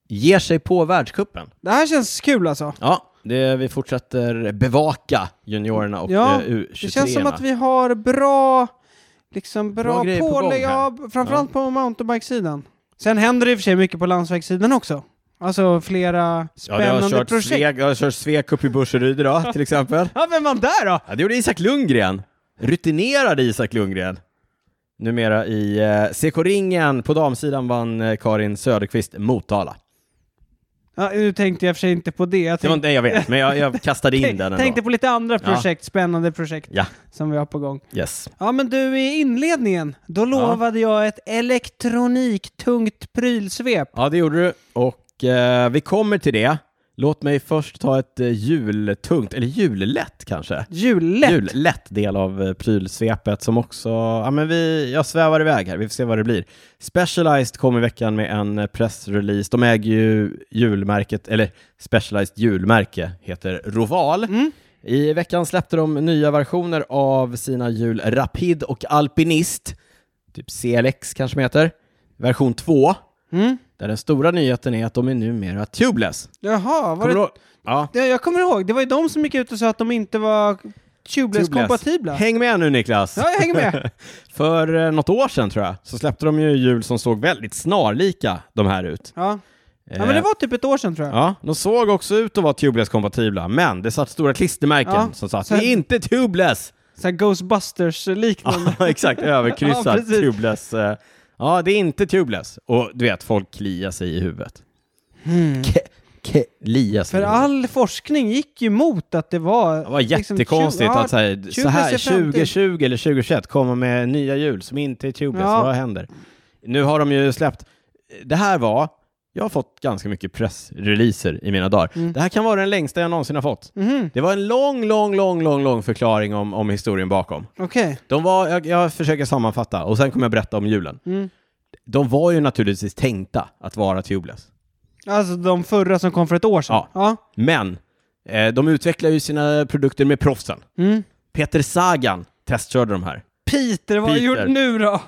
ger sig på världskuppen. Det här känns kul alltså. Ja, det, vi fortsätter bevaka juniorerna och Ja, eh, U23. Det känns som att vi har bra, liksom Bra bra, grejer på gång pålägg. här. Ja, framförallt på mountainbikesidan. Sen händer det i och för sig mycket på landsvägssidan också. Alltså flera Ja, det har spännande kört projekt. Sveg, jag har kört Svek upp i Burseryd idag till exempel. Ja, vem var där då? Ja, det gjorde Isak Lundgren. Rutinerade Isak Lundgren. Numera i eh, CK-ringen. På damsidan vann eh, Karin Söderqvist Motala. Ja, nu tänkte jag i och för sig inte på det. Jag Det var tänkte, inte, jag vet, men jag, jag kastade in den tänk- ändå. tänkte på lite andra Ja. projekt, spännande projekt Ja, som vi har på gång. yes. Ja, men du, i inledningen, då lovade jag ett elektroniktungt prylsvep. Ja, det gjorde du. Och eh, vi kommer till det. Låt mig först ta ett eh, jultungt, eller jullätt kanske. Jullätt. Jullätt del av eh, prylsvepet som också, ja men vi, jag svävar iväg här, vi får se vad det blir. Specialized kom i veckan med en eh, pressrelease, de äger ju julmärket, eller Specialized julmärke heter Roval. Mm. I veckan släppte de nya versioner av sina hjul Rapid och Alpinist, typ CLX kanske de heter, version 2, Mm. där den stora nyheten är att de är numera tubeless. Jaha, var Kommer du det... ihåg? Ja. Ja, jag kommer ihåg. Det var ju de som gick ut och sa att de inte var tubeless-kompatibla. Häng med nu Niklas! Ja, jag hänger med. För eh, något år sedan tror jag, så släppte de ju hjul som såg väldigt snarlika de här ut. Ja. Eh, ja, men det var typ ett år sedan tror jag. ja, de såg också ut att vara tubeless-kompatibla, men det satt stora klistermärken Ja, som sa att så- det är inte tubeless! Så här Ghostbusters-liknande. Ja, exakt, överkryssat Ja, precis. tubeless. eh, Ja, det är inte tubeless. Och du vet, folk kliar sig i huvudet. Ke- Kliar sig Hmm. För i huvudet. all forskning gick ju mot att det var... liksom Det var jättekonstigt att så här, så tubeless är här framtiden. 2020 eller 2021 komma med nya hjul som inte är tubeless. Ja. Vad händer? Nu har de ju släppt. Det här var, jag har fått ganska mycket pressreleaser i mina dagar. Det här kan vara den längsta jag någonsin har fått. Mm. Mhm, Det var en lång, lång, lång, lång, lång förklaring om, om historien bakom. Okej. De var, jag, jag försöker sammanfatta och sen kommer jag berätta om julen. Mm. De var ju naturligtvis tänkta att vara tubeless. Alltså de förra som kom för ett år sedan. Ja. Men eh, de utvecklar ju sina produkter med proffsen. Mm. Peter Sagan testkörde de här. Peter, vad har du Peter. gjort nu då?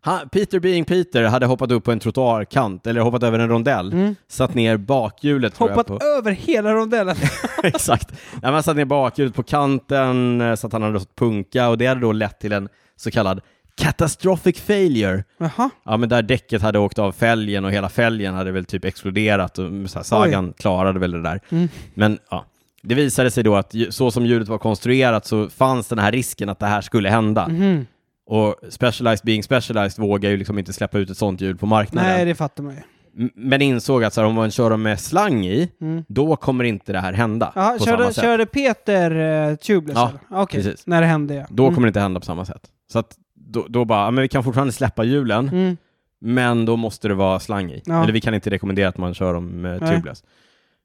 Han, Peter being Peter hade hoppat upp på en trottoarkant, eller hoppat över en rondell, satt ner bakhjulet tror Mm. Hoppat jag. På, över hela rondellen. exakt. Nej, men han satt ner bakhjulet på kanten eh, så att han hade fått punka och det hade då lett till en så kallad catastrophic failure. Jaha. Ja, men där däcket hade åkt av fälgen och hela fälgen hade väl typ exploderat och så här, Sagan klarade väl det där. Mm. Men ja, det visade sig då att ju- så som hjulet var konstruerat så fanns den här risken att det här skulle hända. Mhm. Och Specialized being Specialized vågar ju liksom inte släppa ut ett sånt hjul på marknaden. Nej, det fattar man ju. M- Men insåg att så här, om man kör dem med slang i, Mm. då kommer inte det här hända Jaha, på samma körde, sätt. körde Peter uh, tubeless? Ja, eller? Okej, precis. när det hände ja. Då kommer det inte hända på samma sätt. Så att då, då bara, ja, men vi kan fortfarande släppa hjulen, Mm. men då måste det vara slang i. Ja. Eller vi kan inte rekommendera att man kör dem eh, Nej. tubeless.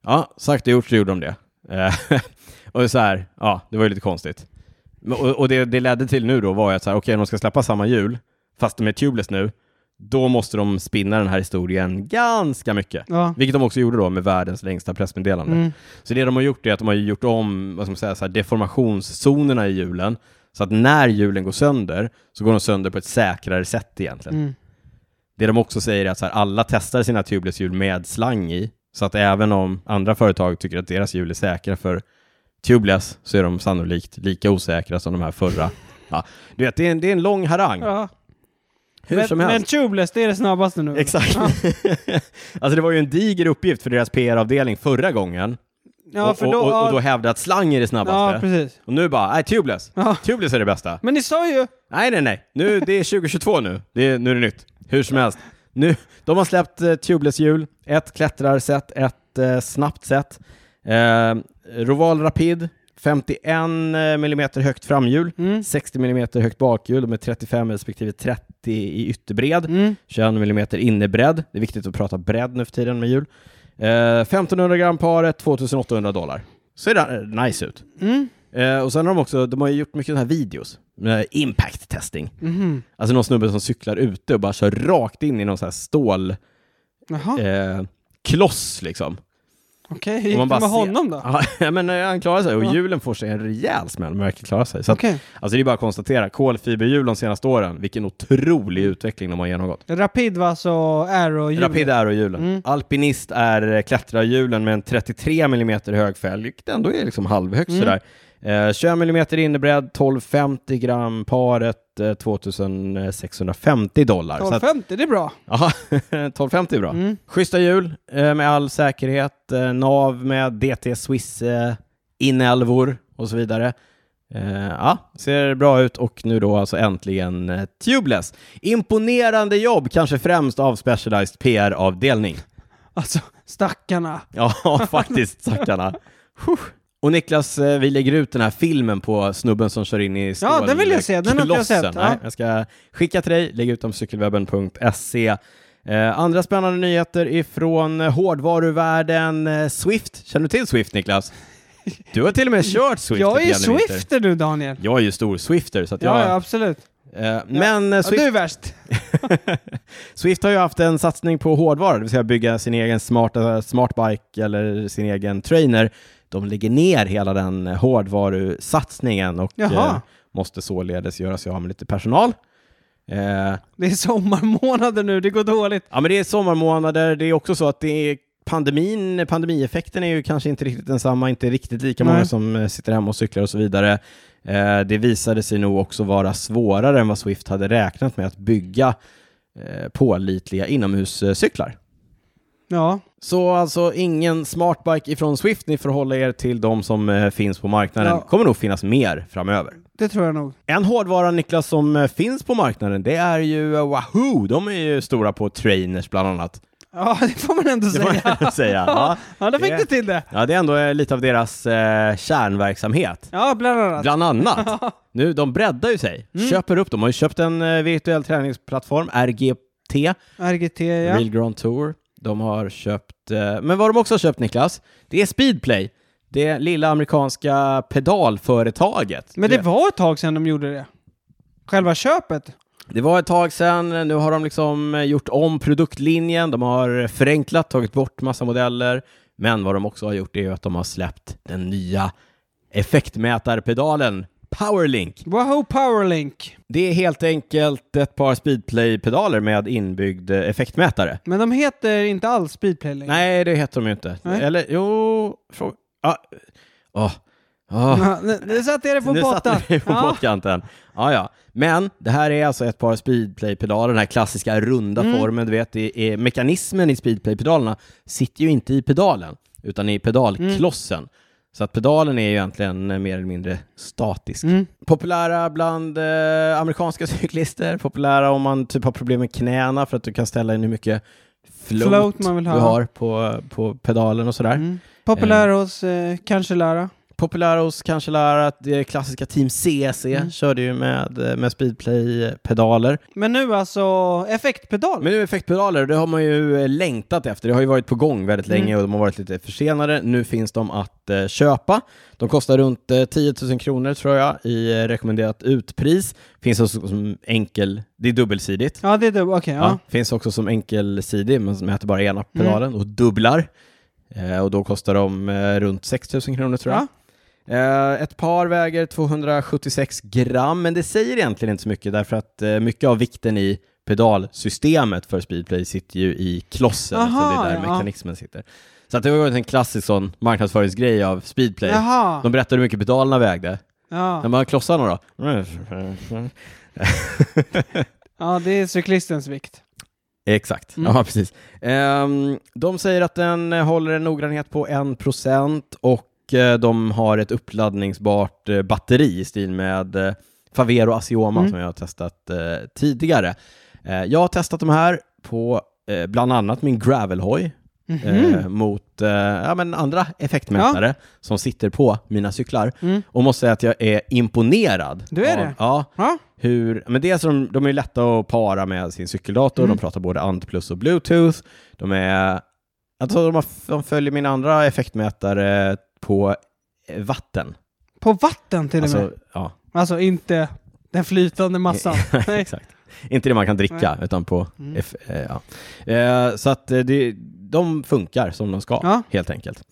Ja, sagt och gjort så gjorde de det. Eh, och så här, ja, det var ju lite konstigt. Men- Och, och det, det ledde till nu då var ju att så här, okej, om de ska släppa samma hjul, fast de är tubeless nu, då måste de spinna den här historien ganska mycket. Ja. Vilket de också gjorde då med världens längsta pressmeddelande. Mm. Så det de har gjort är att de har ju gjort om vad ska man säga, så här, deformationszonerna i hjulen. Så att när hjulen går sönder så går de sönder på ett säkrare sätt egentligen. Mm. Det de också säger är att så här, alla testar sina tubeless hjul med slang i. Så att även om andra företag tycker att deras hjul är säkra för tubeless så är de sannolikt lika osäkra som de här förra. Ja, du vet, det är en, det är en lång harang. Ja. Hur men, som helst. men tubeless, det är det snabbaste nu. Exakt. alltså det var ju en diger uppgift för deras PR-avdelning förra gången. Ja, och, för då... och, och, och då ja, hävdade att slang är det snabbaste. ja, precis. Och nu bara, nej, tubeless. Ja. Tubeless är det bästa. Men ni sa ju... Nej, nej, nej. Nu, det är 2022 nu. Det är, nu är det nytt. Hur som helst. Nu, de har släppt eh, tubeless-hjul, ett klättrarsätt, ett eh, snabbt sätt. Eh, Roval Rapid, 51 mm högt framhjul, Mm. 60 mm högt bakhjul, de är 35 respektive 30 i ytterbred, Mm. 21 mm innerbredd. Det är viktigt att prata bredd nu för tiden med hjul. Eh, 1500 gram paret, 2800 dollar. Ser det eh, nice ut. Mm. Eh, och sen har de också, de har ju gjort mycket sådana här videos, med impact testing. Mhm. Alltså någon snubbe som cyklar ute och bara kör rakt in i någon sån här stål, Jaha, eh, kloss liksom. okej. Hur gick man det bara med ser- honom då? Ja, men eh, han klarar sig och Ja. hjulen får sig en rejäl smäll men verkligen klarar sig. Så att, Okej. alltså det är bara att konstatera, kolfiberhjul de senaste åren, vilken otrolig utveckling de har genomgått. Rapid var alltså aero Rapid Aero-hjulen. Mm. Alpinist är eh, klättrarhjulen med en 33 mm hög fälg, vilket ändå är liksom halvhögt Mm. sådär. Eh, 21 mm innerbredd, 1250 gram paret, eh, 2650 dollar. Så att- 1250, det är bra. Jaha, 1250 är bra. Mm. Schyssta hjul eh, med all säkerhet, eh, nav med DT Swiss eh, inälvor och så vidare. Eh, ja, ser bra ut och nu då alltså äntligen eh, tubeless. Imponerande jobb, kanske främst av Specialized PR-avdelning. Alltså, stackarna. Ja, faktiskt stackarna. Huh. Och Niklas, eh, vi lägger ut den här filmen på snubben som kör in i Ja, den vill jag se. Den har inte jag stålkolossen. sett. Ja. Nej, jag ska skicka till dig, lägg ut dem på cykelwebben.se. Eh, andra spännande nyheter ifrån eh, hårdvaruvärlden eh, Swift. Känner du till Swift, Niklas? Du har till och med kört Swift. jag är ju lite grann i vinter. Swifter nu Daniel. Jag är ju stor Swifter, så att jag... Ja, ja, absolut. Eh, men eh, Ja, Swift, du är värst. Swift har ju haft en satsning på hårdvara, det vill säga bygga sin egen smarta, smartbike eller sin egen trainer. De lägger ner hela den eh, hårdvarusatsningen och Jaha. eh, måste således göra sig av med lite personal. Eh, Det är sommarmånader nu, det går dåligt. ja, men det är sommarmånader, det är också så att det är pandemin, pandemieffekten är ju kanske inte riktigt densamma, inte riktigt lika Nej. många som eh, sitter hemma och cyklar och så vidare. Eh, det visade sig nog också vara svårare än vad Swift hade räknat med att bygga eh, pålitliga inomhuscyklar. Ja, Så alltså ingen smartbike ifrån Swift, ni får hålla er till de som eh, finns på marknaden. Ja. kommer nog finnas mer framöver. det tror jag nog. En hårdvara, Niklas, som eh, finns på marknaden, det är ju eh, Wahoo. De är ju stora på trainers bland annat. Ja, det får man ändå Det får säga. jag säga. Ja. Ja, då fick Det- du till det. ja, det är ändå eh, lite av deras eh, kärnverksamhet. Ja, Mm. bland annat. Bland annat. Nu, de breddar ju sig. Köper upp. De har ju köpt en eh, virtuell träningsplattform, RGT. RGT, ja. Real Grand Tour. De har köpt, eh, men vad de också har köpt Niklas, det är Speedplay. Det lilla amerikanska pedalföretaget. Men det det, var ett tag sedan de gjorde det. Själva köpet. det var ett tag sedan, nu har de liksom eh, gjort om produktlinjen, de har förenklat, tagit bort massa modeller. Men vad de också har gjort är ju att de har släppt den nya effektmätarpedalen Powerlink. Wahoo Powerlink. Det är helt enkelt ett par Speedplay-pedaler med inbyggd eh, effektmätare. Men de heter inte alls Speedplay längre. Nej, det heter de ju inte. Nej. Eller jo... Fråga. Ah. Ah. Ah. Ja, nu- Nu satte jag det på Nu pottan. satte vi på Ja. pottkanten. Ja, ja. Men det här är alltså ett par speedplay-pedaler, den här klassiska runda Mm. formen. Du vet, det är, mekanismen i speedplay-pedalerna sitter ju inte i pedalen, utan i pedalklossen. Mm. Så att pedalen är ju egentligen eh, mer eller mindre statisk. Mm. Populära bland eh, amerikanska cyklister, populära om man typ har problem med knäna för att du kan ställa in hur mycket float, Float man vill ha. du har på, på pedalen och sådär. Mm. Populär hos eh, kanske lära. Populära hos kanske lära att det klassiska Team CC Mm. körde ju med, med speedplay-pedaler. Men nu alltså effektpedal. Men nu effektpedaler, det har man ju eh, längtat efter. Det har ju varit på gång väldigt Mm. länge och de har varit lite försenade. Nu finns de att eh, köpa. De kostar runt eh, 10 000 kronor tror jag i eh, rekommenderat utpris. Finns också som enkel, det är dubbelsidigt. Ja, det är du. Okej, ja. Ja. Finns också som enkelsidig, men som mäter bara ena pedalen Mm. och dubblar. Eh, och då kostar de eh, runt 6 000 kronor tror jag. Eh, ett par väger 276 gram, men det säger egentligen inte så mycket därför att eh, mycket av vikten i pedalsystemet för Speedplay sitter ju i klossen, Aha, eftersom det är där ja. mekanismen sitter. Så att det har varit en klassisk sån marknadsföringsgrej av Speedplay. Jaha. De berättade hur mycket pedalerna vägde. När Ja. man klossar några då. ja, det är cyklistens vikt. Exakt, Mm. ja precis. Ehm, de säger att den eh, håller en noggrannhet på 1% och eh, de har ett uppladdningsbart eh, batteri i stil med eh, Favero Asioma Mm. som jag har testat eh, tidigare. Eh, jag har testat de här på eh, bland annat min gravelhoj Mhm. eh, mot eh, ja, men andra effektmätare som sitter på mina cyklar. Mm. Och måste säga att jag är imponerad. Du är av, det? Ja, Ja. hur, men dels är de, de är ju lätta att para med sin cykeldator, Mm. de pratar både ANT plus och bluetooth. De, är, alltså de, har, de följer min andra effektmätare på eh, vatten. På vatten till och med. Alltså, ja, Alltså inte den flytande massan. Nej. exakt. Inte det man kan dricka, utan på... Mm. F, eh, ja. eh, så att eh, det, de funkar som de ska, Ja. helt enkelt.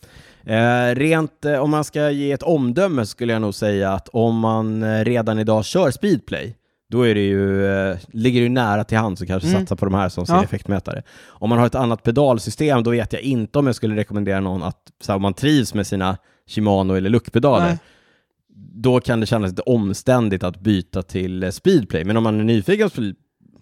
Eh, rent, eh, om man ska ge ett omdöme så skulle jag nog säga att om man eh, redan idag kör speedplay, då är det ju, eh, ligger det ju nära till hand så kanske satsa på de här som sin Mm. Ja. effektmätare. Om man har ett annat pedalsystem, då vet jag inte om jag skulle rekommendera någon att, så här, om man trivs med sina Shimano eller Luc-pedaler, Nej. då kan det kännas lite omständigt att byta till eh, speedplay. Men om man är nyfiken på-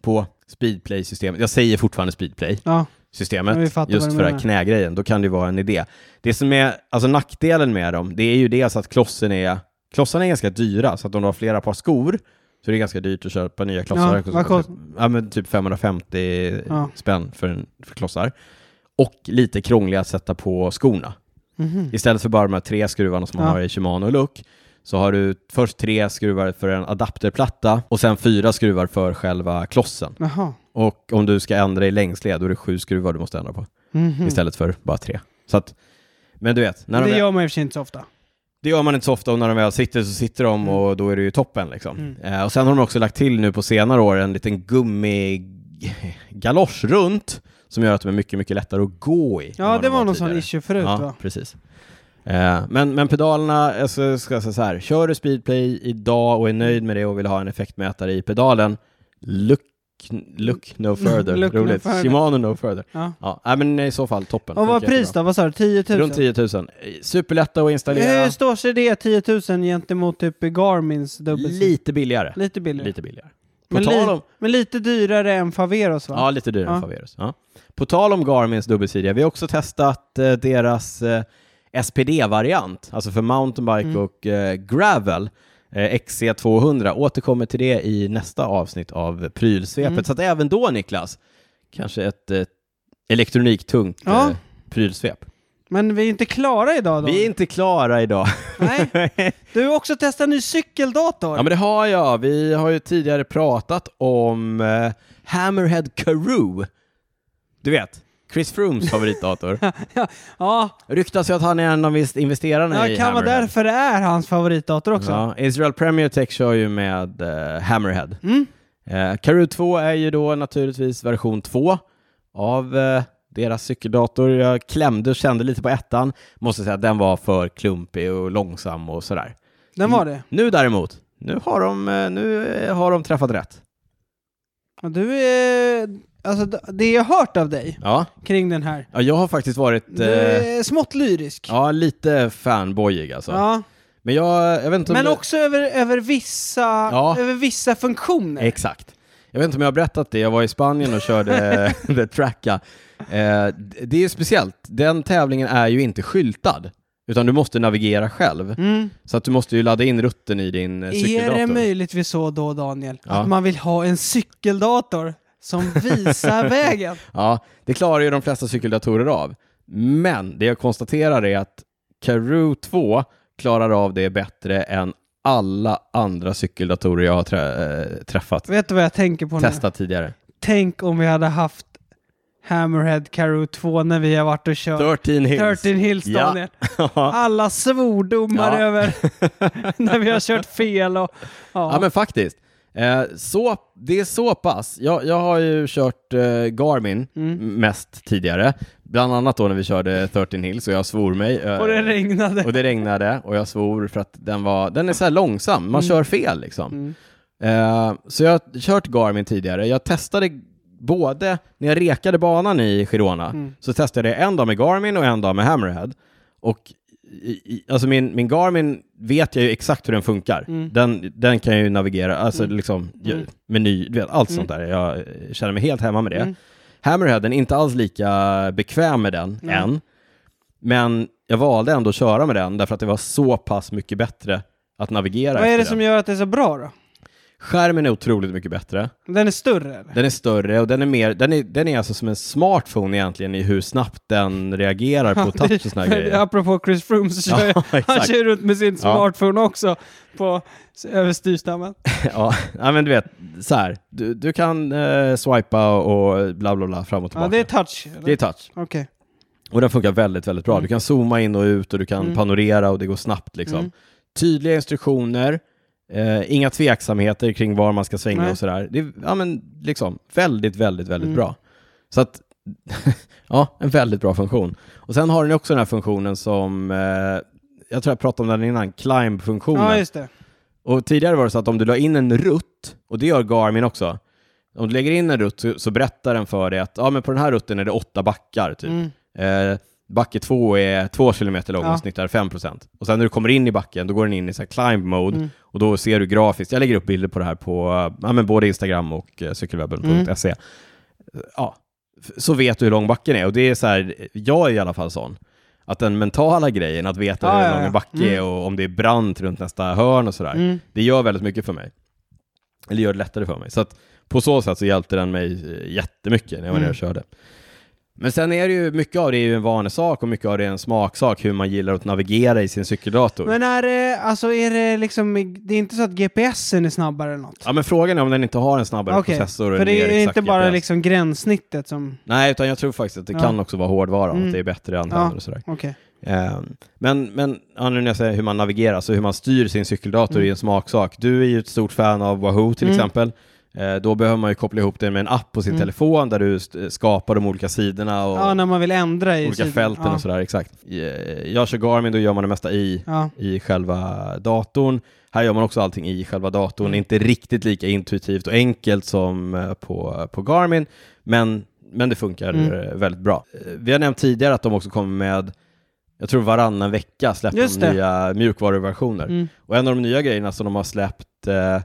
på speedplay-systemet, jag säger fortfarande speedplay, Ja. Ja, vi systemet, fattar vad just du för den här menar. knägrejen, då kan det ju vara en idé. Det som är, alltså nackdelen med dem, det är ju dels att klossen är, klossarna är ganska dyra, så att om du har flera par skor så är det ganska dyrt att köpa nya klossar. Ja, vad kost- ja men typ 550 Ja. spänn för, en, för klossar. Och lite krångliga att sätta på skorna. Mhm. Istället för bara de här tre skruvarna som man Ja. har i Shimano och Look så har du först tre skruvar för en adapterplatta och sen fyra skruvar för själva klossen. Jaha. Och om du ska ändra i längsled, då är det sju skruvar du måste ändra på Mhm. istället för bara tre. Så att, men du vet, när de, Det väl- gör man i och för sig inte så ofta. det gör man inte så ofta och när de väl sitter så sitter de Mm. och då är det ju toppen liksom. Eh, och sen har de också lagt till nu på senare år en liten gummigalosch runt som gör att de är mycket, mycket lättare att gå i. än Ja, vad det de var någon sån tidigare. issue förut ja, va? precis. Eh, men, men pedalerna, jag ska, ska jag säga så här, kör du speedplay idag och är nöjd med det och vill ha en effektmätare i pedalen, look, look no further. Look no Roligt. further. Shimano no further. Ja. Ja, nej, men i så fall toppen. Och vad Funkar pris då? Vad sa du? 10 jättebra. 000? Runt 10 000. Eh, Superlätta att installera. Hur står sig det 10 000 gentemot typ Garmins dubbel? Lite billigare. Lite billigare. Lite billigare. På men, tal om... men lite dyrare än Faveros va? Ja, lite dyrare än Ja. Faverus. Ja. På tal om Garmins dubbelsidiga, vi har också testat eh, deras eh, SPD-variant, alltså för Mm. mountainbike och eh, gravel, eh, XC200. Återkommer till det i nästa avsnitt av prylsvepet. Mm. Så att även då, Niklas, kanske ett eh, elektroniktungt Ja. eh, prylsvep. Men vi är inte klara idag då? Vi är inte klara idag. Nej. Du har också testat en ny cykeldator. Ja men det har jag. Vi har ju tidigare pratat om eh, Hammerhead Karoo. Du vet, Chris Frooms favoritdator. ja, Ryktas ju att han är en av invest- investerarna ja i kan vara Hammerhead. därför det är hans favoritdator också. Ja, Israel Premier Tech kör ju med eh, Hammerhead. Mm, Eh, Karoo 2 är ju då naturligtvis version 2 av eh, deras cykeldator. Jag klämde och kände lite på ettan. Måste säga att den var för klumpig och långsam och sådär. Mm. Den var det. Nu däremot, nu har de, eh, nu eh, har de träffat rätt. Ja, Du är... Alltså d- det jag har hört av dig Ja. kring den här, Ja, jag har faktiskt varit du eh, är smått lyrisk. ja, lite fanboyig alltså. Ja. Men jag, jag vet inte om Men jag, också över, över, vissa, Ja. över vissa funktioner. Exakt. Jag vet inte om jag har berättat det, jag var i Spanien och körde The Tracka. Eh, d- det är ju speciellt, den tävlingen är ju inte skyltad, utan du måste navigera själv. Mm. Så att du måste ju ladda in rutten i din eh, Är cykeldator. det möjligtvis så då, Daniel, Ja. att man vill ha en cykeldator som visar vägen? Ja, det klarar ju de flesta cykeldatorer av. Men det jag konstaterar är att Karoo 2 klarar av det bättre än alla andra cykeldatorer jag har trä- eh, träffat, Vet du vad jag tänker på nu? testat tidigare. Tänk om vi hade haft Hammerhead Karoo 2 när vi har varit och kört 13 Hills. 13 Hills, Ja. Daniel. Alla svordomar Ja. över när vi har kört fel och... Ja, Ja, men faktiskt. Eh, så, det är så pass. Jag, jag har ju kört eh, Garmin Mm. m- mest tidigare, bland annat då när vi körde 13 Hills och jag svor mig. eh, och det regnade. och det regnade och jag svor för att den var, den är så här långsam, man kör fel liksom. Eh, så jag har kört Garmin tidigare, jag testade både, när jag rekade banan i Girona, så testade jag en dag med Garmin och en dag med Hammerhead. Och i, i, alltså min, min Garmin vet jag ju exakt hur den funkar. Den, den kan jag ju navigera, alltså liksom ju- meny, du vet, allt sånt där. Jag eh, känner mig helt hemma med Mm. det. Hammerhead den är inte alls lika bekväm med den än. Men jag valde ändå att köra med den därför att det var så pass mycket bättre att navigera Vad är efter det som den. gör att det är så bra då? Skärmen är otroligt mycket bättre. Den är större eller? Den är större och den är mer, den är, den är alltså som en smartphone egentligen i hur snabbt den reagerar på touch och såna här grejer. Apropå Chris Froome så kör Ja, jag, han exakt. kör runt med sin smartphone också på, över styrstammen. ja, nej, men du vet, så här, du, du kan eh, swipa och bla bla bla fram och tillbaka. Ja, det är touch. eller? det är touch. Okej. Och den funkar väldigt, väldigt bra. Du kan zooma in och ut och du kan Mm. panorera och det går snabbt liksom. Mm. Tydliga instruktioner, eh, inga tveksamheter kring var man ska svänga Nej. och sådär. Det är ja, men, liksom, väldigt, väldigt, väldigt Mm. bra. Så att, ja, en väldigt bra funktion. Och sen har den också den här funktionen som, eh, jag tror jag pratade om den innan, climb-funktionen. Ja, just det. Och tidigare var det så att om du la in en rutt, och det gör Garmin också, om du lägger in en rutt så, så berättar den för dig att ja, men på den här rutten är det åtta backar. Typ. Mm. Eh, backe två är två kilometer lång Ja. och snittar 5 Och sen när du kommer in i backen, då går den in i så här climb mode Mm. och då ser du grafiskt. Jag lägger upp bilder på det här på eh, ja, men både Instagram och eh, Mm. cykelwebben.se. Ja, f- så vet du hur lång backen är och det är så här, jag är i alla fall sån. Att den mentala grejen, att veta Ja, hur ja, lång ja. en backe är och om det är brant runt nästa hörn och sådär. Mm. Det gör väldigt mycket för mig. Eller gör det lättare för mig. Så att på så sätt så hjälpte den mig eh, jättemycket när jag var nere Mm. och körde. Men sen är det ju, mycket av det är ju en vanesak och mycket av det är en smaksak hur man gillar att navigera i sin cykeldator. Men är det, alltså är det liksom, det är inte så att GPSen är snabbare eller något? Ja men frågan är om den inte har en snabbare Okej, processor och en För det mer är exakt inte bara GPS. liksom gränssnittet som, Nej, utan jag tror faktiskt att det Ja. kan också vara hårdvara, Mm. att det är bättre användare Ja. och sådär. okej. Ehm, men, men ja, nu när jag säger hur man navigerar, så hur man styr sin cykeldator är ju en smaksak. Du är ju ett stort fan av Wahoo till Mm. exempel. Eh, då behöver man ju koppla ihop det med en app på sin Mm. telefon där du st- skapar de olika sidorna och Ja, när man vill ändra i olika sidan. fälten ja. och sådär. Exakt. Eh, Jag kör Garmin, då gör man det mesta i, Ja. i själva datorn. Här gör man också allting i själva datorn. Mm. Inte riktigt lika intuitivt och enkelt som eh, på, på Garmin, men, men det funkar Mm. eh, väldigt bra. Eh, Vi har nämnt tidigare att de också kommer med jag tror varannan vecka släpper Just de det. nya mjukvaruversioner. Mm. Och en av de nya grejerna som de har släppt eh,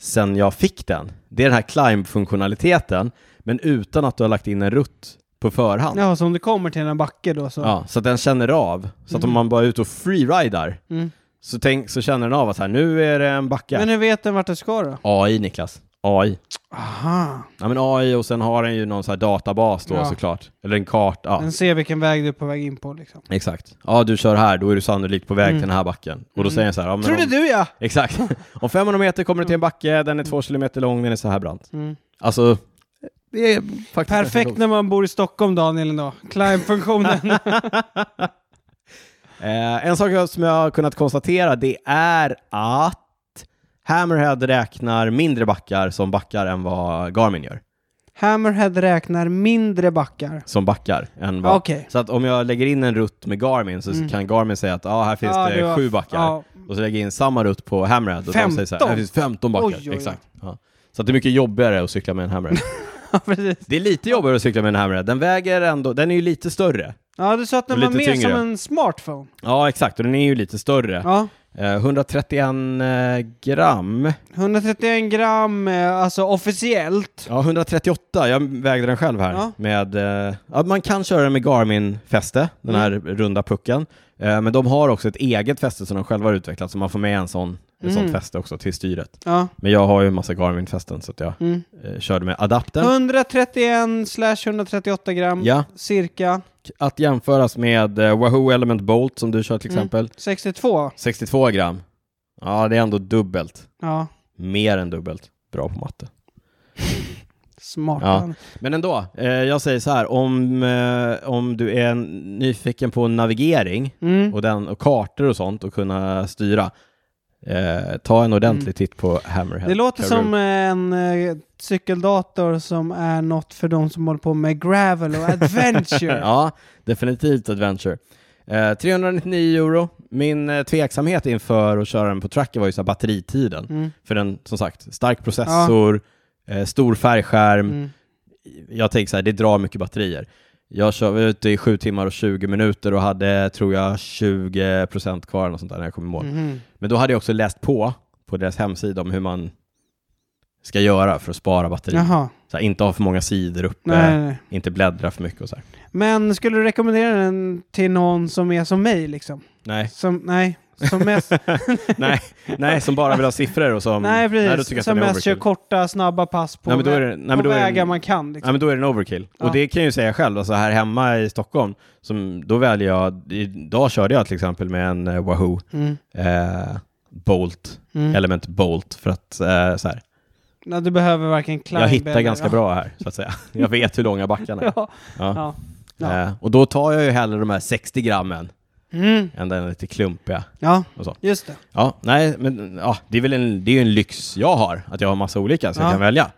sen jag fick den, det är den här climb-funktionaliteten, men utan att du har lagt in en rutt på förhand. ja, så om du kommer till en backe då så. Ja, så att den känner av. Så att om Mm. man bara är ute och freeridar Mm. så, tänk, så känner den av att här, nu är det en backe. Men hur vet den vart du ska då? AI Niklas. AI. Aha, Ja men AI och sen har den ju någon så här databas då Ja. såklart. Eller en karta. Ja, den ser vilken väg du är på väg in på liksom. exakt. Ja du kör här, då är du sannolikt på väg Mm. till den här backen. Och då Mm. säger den så här. Ja, men Trodde om, du ja! Exakt. om 500 meter kommer du till en backe, den är två kilometer lång, den är så här brant. Mm. Alltså, det är faktiskt Perfekt när man bor i Stockholm Daniel ändå. Climb-funktionen. Eh, en sak som jag har kunnat konstatera det är att Hammerhead räknar mindre backar som backar än vad Garmin gör. Hammerhead räknar mindre backar. Som backar. Än vad... Okej. Så att om jag lägger in en rutt med Garmin så Mm. kan Garmin säga att ah, här finns Ja, det du har- sju backar. ja. Och så lägger jag in samma rutt på Hammerhead och de säger så här, 15? här finns 15 backar. Oj, oj, oj. Exakt. Ja. Så att det är mycket jobbigare att cykla med en Hammerhead. Ja, precis. det är lite jobbigare att cykla med en Hammerhead. Den väger ändå, den är ju lite större. Ja, du sa att den Och var lite mer tyngre. som en smartphone. Ja, exakt. Och den är ju lite större. Ja. Eh, 131 eh, gram. 131 gram, eh, alltså officiellt. Ja, 138. Jag vägde den själv här. Ja. Med, eh, ja, man kan köra den med Garmin-fäste, den här Mm. runda pucken. Eh, men de har också ett eget fäste som de själva har utvecklat, så man får med en sån, ett sånt Mm. fäste också till styret. Ja. Men jag har ju en massa Garmin-fästen, så att jag Mm. eh, körde med adaptern. 131 slash 138 gram, Ja, cirka att jämföras med eh, Wahoo Element Bolt som du kör till Mm. exempel. 62. 62 gram. Ja, det är ändå dubbelt. Ja, Mer än dubbelt. Bra på matte. smart. Ja. Men ändå, eh, jag säger så här, om, eh, om du är nyfiken på navigering Mm. och, den, och kartor och sånt och kunna styra, eh, ta en ordentlig Mm. titt på Hammerhead. Det låter Karoo. som en eh, cykeldator som är något för de som håller på med gravel och adventure. ja, definitivt adventure. Eh, 399 euro. Min eh, tveksamhet inför att köra den på tracker var ju så här batteritiden. Mm. För den, som sagt, stark processor, eh, stor färgskärm. Mm. Jag tänker så här, det drar mycket batterier. Jag kör, var ute i 7 timmar och 20 minuter och hade, tror jag, 20% kvar eller något sånt där när jag kom i mål. Mhm. Men då hade jag också läst på, på deras hemsida, om hur man ska göra för att spara batterier. Jaha, Så här, inte ha för många sidor uppe, nej, nej, nej. inte bläddra för mycket och så här. Men skulle du rekommendera den till någon som är som mig liksom? Nej, Som, nej, Som mest, nej, nej, som bara vill ha siffror och som... nej, då tycker jag precis. att Som den är mest kör overkill. korta, snabba pass på, Nej, men då är vä- det- nej, men på då är det- vägar man kan. Liksom. Ja, men då är den overkill. Ja. Och det kan jag ju säga själv, alltså här hemma i Stockholm, som, då väljer jag, idag körde jag till exempel med en eh, Wahoo Mm. eh, Bolt, Mm. Element Bolt, för att eh, så här, Nej, du behöver varken climb jag hittar eller- ganska bra här, så att säga. Jag vet hur långa backarna är. Ja. Ja. Ja. Ja. Eh, och då tar jag ju hellre de här 60 grammen Mm. än den lite klumpiga ja, och så. just det. Ja, nej, men ja, det är väl en, det är ju en lyx jag har, att jag har massa olika så jag Ja. kan välja.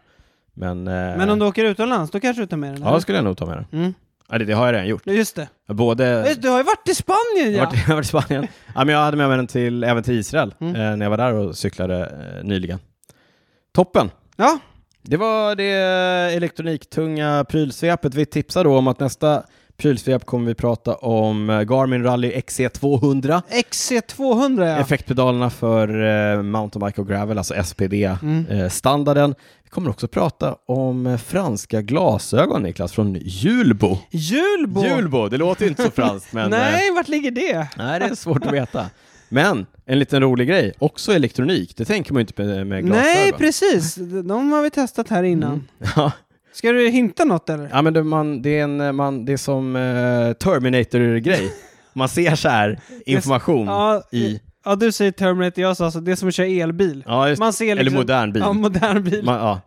Men, eh, Men om du åker utomlands, då kanske du tar med den? Ja, eller? då skulle jag nog ta med den. Mm. Ja, det, det har jag redan gjort. Ja, Just det. Ja, Både... Just, det, du har ju varit i Spanien Eh. Jag ja! har varit, jag har varit i Spanien. ja, men jag hade med mig den till, även till Israel Mm. eh, när jag var där och cyklade eh, nyligen. Toppen! Ja, Det var det elektroniktunga prylsvepet. Vi tipsar då om att nästa prylsvep kommer vi prata om eh, Garmin Rally XC200. XC200 E ja. Effektpedalerna för eh, mountainbike och gravel, alltså Mm. SPD-standarden. eh, vi kommer också prata om eh, franska glasögon, Niklas, från Julbo. Julbo! Julbo, det låter ju inte så franskt, men eh, Nej, vart ligger det? Nej, det är svårt att veta. Men en liten rolig grej, också elektronik. Det tänker man ju inte med, med glasögon. Mm. Nej, precis. De har vi testat här innan. Ja, Ska du hinta något eller? ja men det, man, det, är en, man, det är som eh, Terminator-grej. Man ser så här information Ja, i... ja, du säger Terminator, jag sa alltså, det är som att köra elbil. Ja, just, Man ser liksom, Eller modern bil. Ja, modern bil. Man, ja.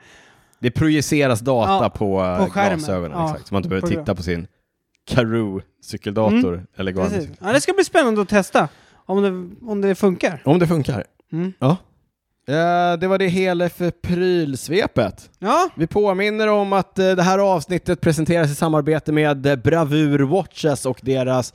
Det projiceras data Ja, på, eh, på skärmen. glasögonen, Ja, exakt. så man inte behöver på Mm. titta på sin Karoo cykeldator eller Precis. Garmin. Ja, det ska bli spännande att testa. Om det, om det funkar. Om det funkar. Mm. Ja. Eh, det var det hela för prylsvepet. Ja, Vi påminner om att eh, det här avsnittet presenteras i samarbete med eh, Bravur Watches och deras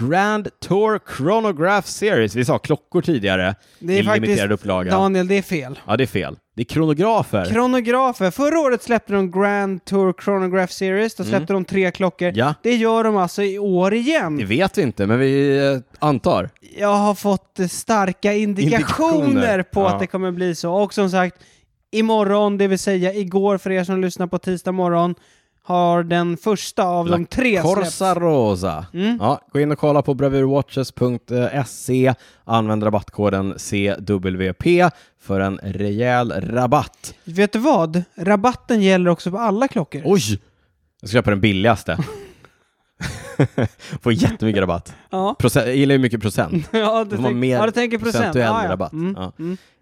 Grand Tour Chronograph Series. Vi sa klockor tidigare det i är limiterad faktiskt... upplaga. Daniel, det är fel. Ja, det är fel. Det är kronografer. Kronografer. Förra året släppte de Grand Tour Chronograph Series. Då släppte de tre klockor. Mm. Ja. Det gör de alltså i år igen. det vet vi inte, men vi eh, antar. Jag har fått eh, starka indikationer, Indikationer. på Ja. att det kommer bli så. Och som sagt, imorgon, det vill säga igår för er som lyssnar på tisdag morgon, har den första av La de tre släppts. Corsa Rosa. Mm. Ja, gå in och kolla på bravurwatches.se. E. Använd rabattkoden CWP för en rejäl rabatt. Vet du vad? Rabatten gäller också på alla klockor. Oj! Jag ska köpa den billigaste. Får jättemycket rabatt. Ja. Procent, jag gillar ju mycket procent. Ja, du, Får man Mm. tänk, mer ja, du tänker procent. procentuell ja, ja. rabatt. Mm.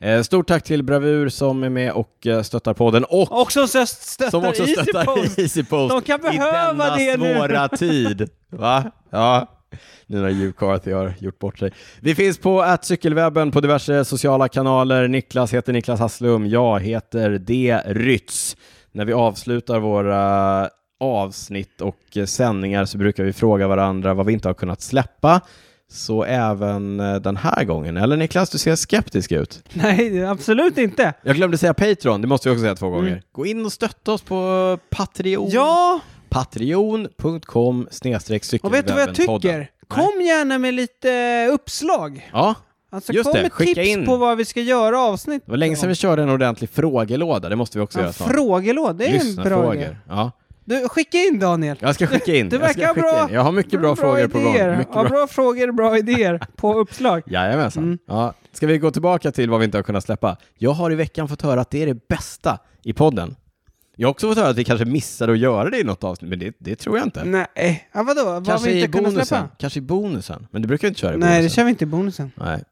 Ja. Eh, stort tack till Bravur som är med och eh, stöttar podden och Och som stöt- stöttar, som också Easypost. stöttar Easypost De kan behöva i det denna nu. svåra tid. Va? Ja. Nu när Hugh Carthy har gjort bort sig. Vi finns på att cykelwebben på diverse sociala kanaler. Niklas heter Niklas Hasslum. Jag heter D. Rytz. När vi avslutar våra avsnitt och eh, sändningar så brukar vi fråga varandra vad vi inte har kunnat släppa. Så även eh, den här gången. Eller Niklas, du ser skeptisk ut. Nej, absolut inte. Jag glömde säga Patreon, det måste vi också säga två gånger. Gå in och stötta oss på Patreon. Mm. Ja, Patreon.com snedstreck och vet du vad jag cykelwebbenpodden. tycker? Kom gärna med lite eh, uppslag. Ja, Alltså Just kom det, med skicka tips in. på vad vi ska göra avsnitt. det var länge sedan vi körde en ordentlig frågelåda, det måste vi också Ja, göra snart. frågelåda, det är en bra Lyssnarfrågor. idé. Ja. Du, skicka in Daniel. Jag ska skicka in. Du jag ska verkar skicka bra. In. Jag har mycket bra, frågor på gång. idéer. Mycket ja, bra. bra Mm. frågor, bra idéer på uppslag. Jajamensan. Ja. Ska vi gå tillbaka till vad vi inte har kunnat släppa? Jag har i veckan fått höra att det är det bästa i podden. Jag har också fått höra att vi kanske missade att göra det i något avsnitt, men det, det tror jag inte. Nej, ja, vadå? Vad har Kanske vi i inte kunnat bonusen. släppa? Kanske i bonusen. Men du brukar ju inte köra i Nej, det bonusen. kör vi inte i bonusen. Nej.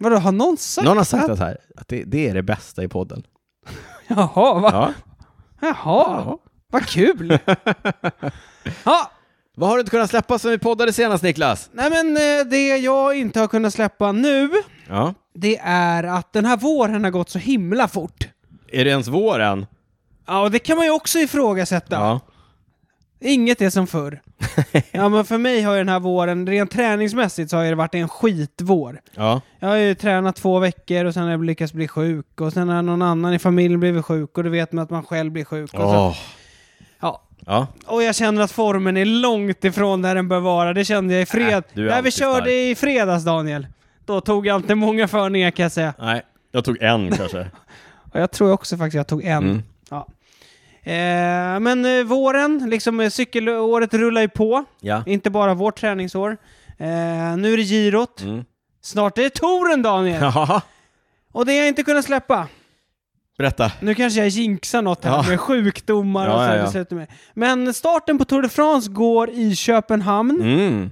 Vadå, har någon sagt Någon har sagt att, här, att det, det är det bästa i podden. Jaha, va? Ja. Jaha, vad kul! ja, Vad har du inte kunnat släppa sen vi poddade senast Niklas? nej men eh, det jag inte har kunnat släppa nu, Ja. det är att den här våren har gått så himla fort. Är det ens vår än? Ja, och det kan man ju också ifrågasätta. Inget är som förr. ja, men för mig har ju den här våren, rent träningsmässigt, så har ju det varit en skitvår. ja. Jag har ju tränat två veckor och sen har jag lyckats bli sjuk och sen har någon annan i familjen blivit sjuk och då vet man att man själv blir sjuk. Och, så, Åh. ja. Ja. och jag känner att formen är långt ifrån där den bör vara. Det kände jag i Äh, fred. du är Där vi alltid körde stark. i fredags, Daniel. Då tog jag inte många förningar kan jag säga. Nej, jag tog en kanske. Och jag tror också faktiskt jag tog en. Mm. Ja. Eh, men eh, våren, liksom eh, cykelåret rullar ju på. ja. Inte bara vårt träningsår. Eh, nu är det girot. Mm. Snart är det touren, Daniel! Jaha, Och det har jag inte kunnat släppa. berätta. Nu kanske jag jinxar något här Ja. med sjukdomar och Ja, så ja, ja. dessutom. Men starten på Tour de France går i Köpenhamn. Mm.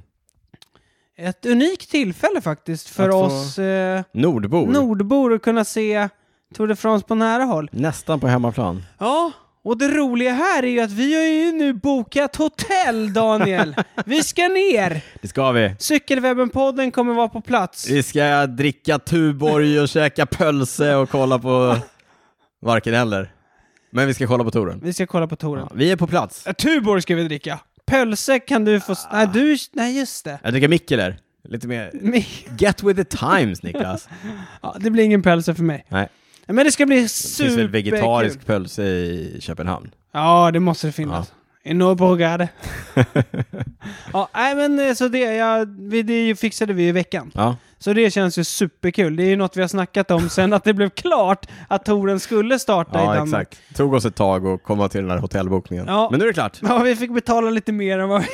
Ett unikt tillfälle faktiskt för Att få- oss eh, Nordbor. nordbor att kunna se Tour de France på nära håll. Nästan på hemmaplan. Ja, och det roliga här är ju att vi har ju nu bokat hotell, Daniel. vi ska ner! Det ska vi. Cykelwebben-podden kommer vara på plats. Vi ska dricka Tuborg och käka pölse och kolla på varken eller. Men vi ska kolla på touren. Vi ska kolla på touren. Ja, vi är på plats. Ja. Äh, Tuborg ska vi dricka. Ah. Pölse kan du få... s- Nej, du... Nej, just det. Jag dricker Mikkeler. Lite mer Men- get with the times Niklas. Ja, det blir ingen pölse för mig. Nej, Men det ska bli det finns väl superkul. vegetarisk pölse i Köpenhamn. Ja, det måste det finnas. I Norrborgade. ja, nej men eh, så det, ja, vi, det ju fixade vi i veckan. Ja, Så det känns ju superkul. Det är ju något vi har snackat om sen att det blev klart att touren skulle starta i ja Danmark. exakt. Tog oss ett tag att komma till den här hotellbokningen. Ja. Men nu är det klart. Ja, vi fick betala lite mer än vad vi...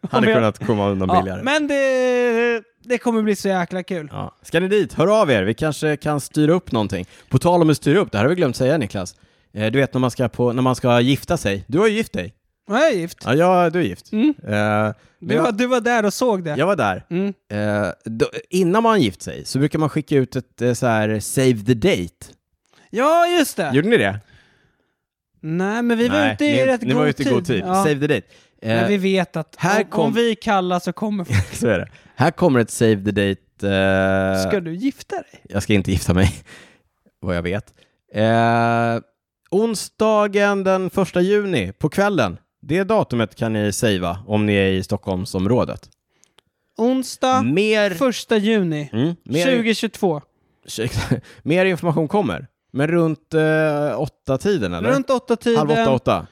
om vi- Hade kunnat komma undan ja, billigare. Men det, det kommer bli så jäkla kul. Ja. Ska ni dit, hör av er. Vi kanske kan styra upp någonting. På tal om att styra upp, det här har vi glömt säga Niklas. Eh, Du vet när man ska, på, när man ska gifta sig. Du har ju gift dig. Ja, jag är gift. Ja, jag, du är gift. Mm. Eh, men Du, var- jag, du var där och såg det. jag var där. Mm. Eh, då, innan man gift sig så brukar man skicka ut ett eh, så här save the date. Ja, just det. Gjorde ni det? Nej, men vi var ute i ni, rätt ni god var ute i god tid. Ja. Save the date. Eh, Men vi vet att här om, om kom- Eh. vi kallar så kommer folk. så är det. Här kommer ett save the date. eh, Ska du gifta dig? Jag ska inte gifta mig, vad jag vet. Eh, onsdagen den 1 juni på kvällen. Det datumet kan ni savea om ni är i Stockholmsområdet. Onsdag Mer, 1 juni mm, mer, 2022. mer information kommer. Men runt eh, åtta tiden eller? Runt åtta Halv åtta, tiden åtta.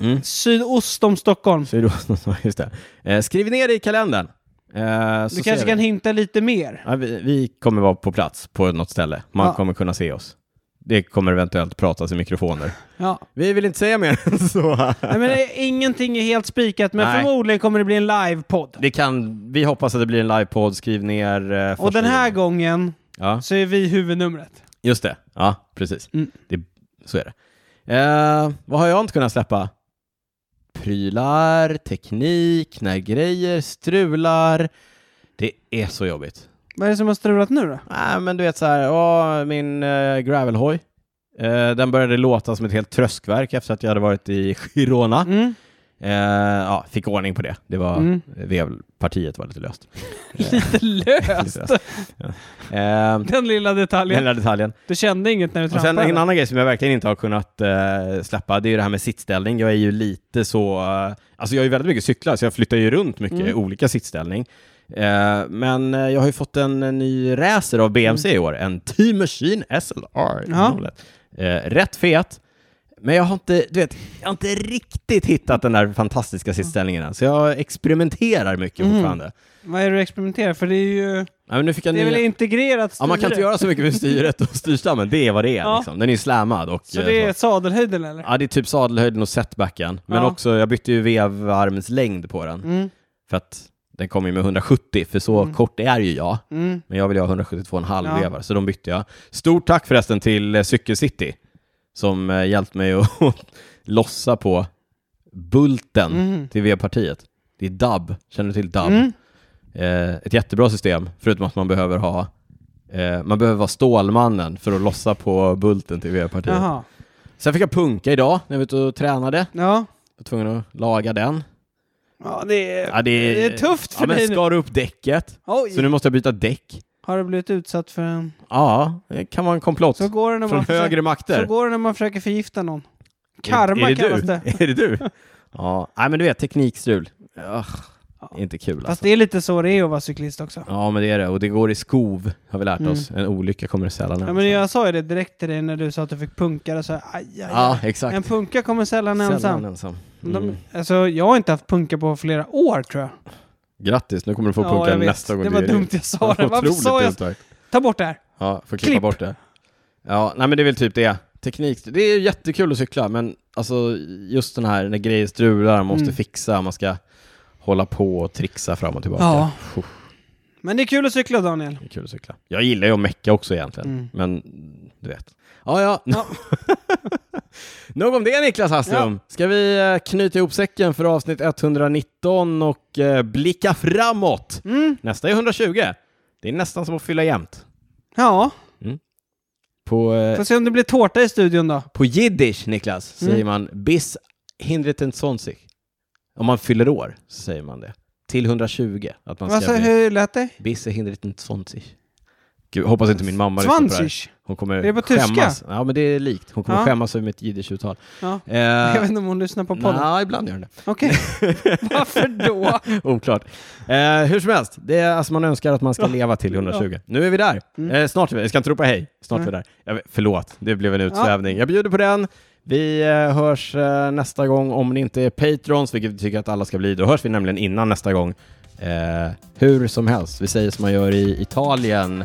Mm. sydost om Stockholm. Så är det- Just det. Eh, skriv ner det i kalendern. Eh, så ser Du kanske vi. kan hinta lite mer. Ja, vi, vi kommer vara på plats på något ställe. Man Ja. kommer kunna se oss. Det kommer eventuellt pratas i mikrofoner. Ja. Vi vill inte säga mer än så. Nej, men det är, ingenting är helt spikat, men Nej. förmodligen kommer det bli en livepodd. Det kan, vi hoppas att det blir en livepodd. Skriv ner... eh, första Och den här juni. gången Ja, så är vi huvudnumret. just det. Ja, precis. Mm. Det, så är det. Eh, vad har jag inte kunnat släppa? Prylar, teknik, när grejer strular. Det är så jobbigt. Vad är det som har strulat nu då? Nej, men du vet så här, ja, min eh, gravelhoj. Eh, den började låta som ett helt tröskverk efter att jag hade varit i Girona. Mm. Eh, ja, fick ordning på det. Det var, Mm. vevpartiet var lite löst. Lite löst, Eh, den lilla den detaljen. lilla detaljen. Du kände inget när du Och sen trampade? en annan grej som jag verkligen inte har kunnat eh, släppa, det är ju det här med sittställning. Jag är ju lite så, eh, alltså jag har ju väldigt mycket cyklar, så jag flyttar ju runt mycket, Mm. olika sittställning. Eh, men eh, jag har ju fått en, eh, ny racer av BMC i år, en T-Machine SLR. Mm. Ja. Eh, rätt fet. Men jag har, inte, du vet, jag har inte riktigt hittat den där fantastiska sittställningen än, så jag experimenterar mycket Mm. fortfarande. Vad är det du experimenterar? För det är ju... Nej, men nu fick jag Det är väl nya- integrerat Ja, man kan inte styre? göra så mycket med styret och styrstammen, det är vad det är. Ja. Liksom. Den är ju slammad. Och, Så eh, det är sadelhöjden eller? Ja, det är typ sadelhöjden och setbacken. Men Ja. också, jag bytte ju vevarmens längd på den. Mm, För att den kom ju med 170, för så Mm. kort är ju jag. mm. Men jag vill ju ha 172,5 Ja. vevar, så de bytte jag. Stort tack förresten till eh, Cykelcity, som eh, hjälpt mig att lossa på bulten Mm. till vevpartiet. Det är dubb, känner du till dubb? Mm. Eh, ett jättebra system, förutom att man behöver ha eh, man behöver vara Stålmannen för att lossa på bulten till vevpartiet. Jaha. Sen fick jag punka idag när jag var ute och tränade. Ja. var tvungen att laga den. ja, det är, Ja, det, är, det är tufft för ja, men dig nu. skar upp däcket, Oj, så nu måste jag byta däck. har du blivit utsatt för en... Ja, det kan vara en komplott Så går det när från man, försöker, högre så makter. går det när man försöker förgifta någon. Karma är det kallas du? det. Är det du? Ja, nej men du vet, teknikstrul. Ugh, Ja. Inte kul Fast alltså. det är lite så det är att vara cyklist också. Ja, men det är det. Och det går i skov, har vi lärt Mm. oss. En olycka kommer sällan Ja, men jag sa ju det direkt till dig när du sa att du fick punkare, så aj, aj, aj. Ja, exakt. En punka kommer sällan ensam. ensam. De, Mm. alltså, jag har inte haft punka på flera år tror jag. Grattis, nu kommer du få punka jag vet. nästa gång Det du var ger dig. dumt jag sa det. Varför Otroligt sa jag... dumt där. Ta bort det här. Ja, får klippa Klipp. bort det. Ja, nej men det är väl typ det. Teknik, det är ju jättekul att cykla, men alltså just den här när grejer strular, man måste Mm. fixa, man ska hålla på och trixa fram och tillbaka. Ja. Puh, Men det är kul att cykla Daniel. det är kul att cykla. Jag gillar ju att mecka också egentligen, Mm. men du vet. Ja, ja. Ja. Nog om det Niklas Hasslum. Ska vi eh, knyta ihop säcken för avsnitt 119 och eh, blicka framåt? Mm. Nästa är 120. Det är nästan som att fylla jämnt. Ja, På, eh, får se om det blir tårta i studion då. på jiddisch, Niklas, Mm. säger man bis hindertensonsig. Om man fyller år så säger man det. Till 120. Att man Vad ska sa, bli hur lät det? bis hindertensonsig. Gud, hoppas inte min mamma lyssnar på det här. Zwanzig. Hon kommer Det är på tyska. skämmas. Ja, men det är likt. Hon kommer Ja. skämmas över mitt jiddisch-uttal. Ja. Eh, Jag vet inte om hon lyssnar på podden. Nej, ibland gör den det. Okej. Varför då? Oklart. Eh, hur som helst, det är, alltså man önskar att man ska leva till 120. Nu är vi där. Eh, snart är vi Jag ska inte ropa hej. Snart är vi där. Jag, vet- förlåt, det blev en utsvävning. Jag bjuder på den. Vi eh, hörs eh, nästa gång om ni inte är patrons, vilket vi tycker att alla ska bli. Då hörs vi nämligen innan nästa gång. Eh, hur som helst, vi säger som man gör i Italien.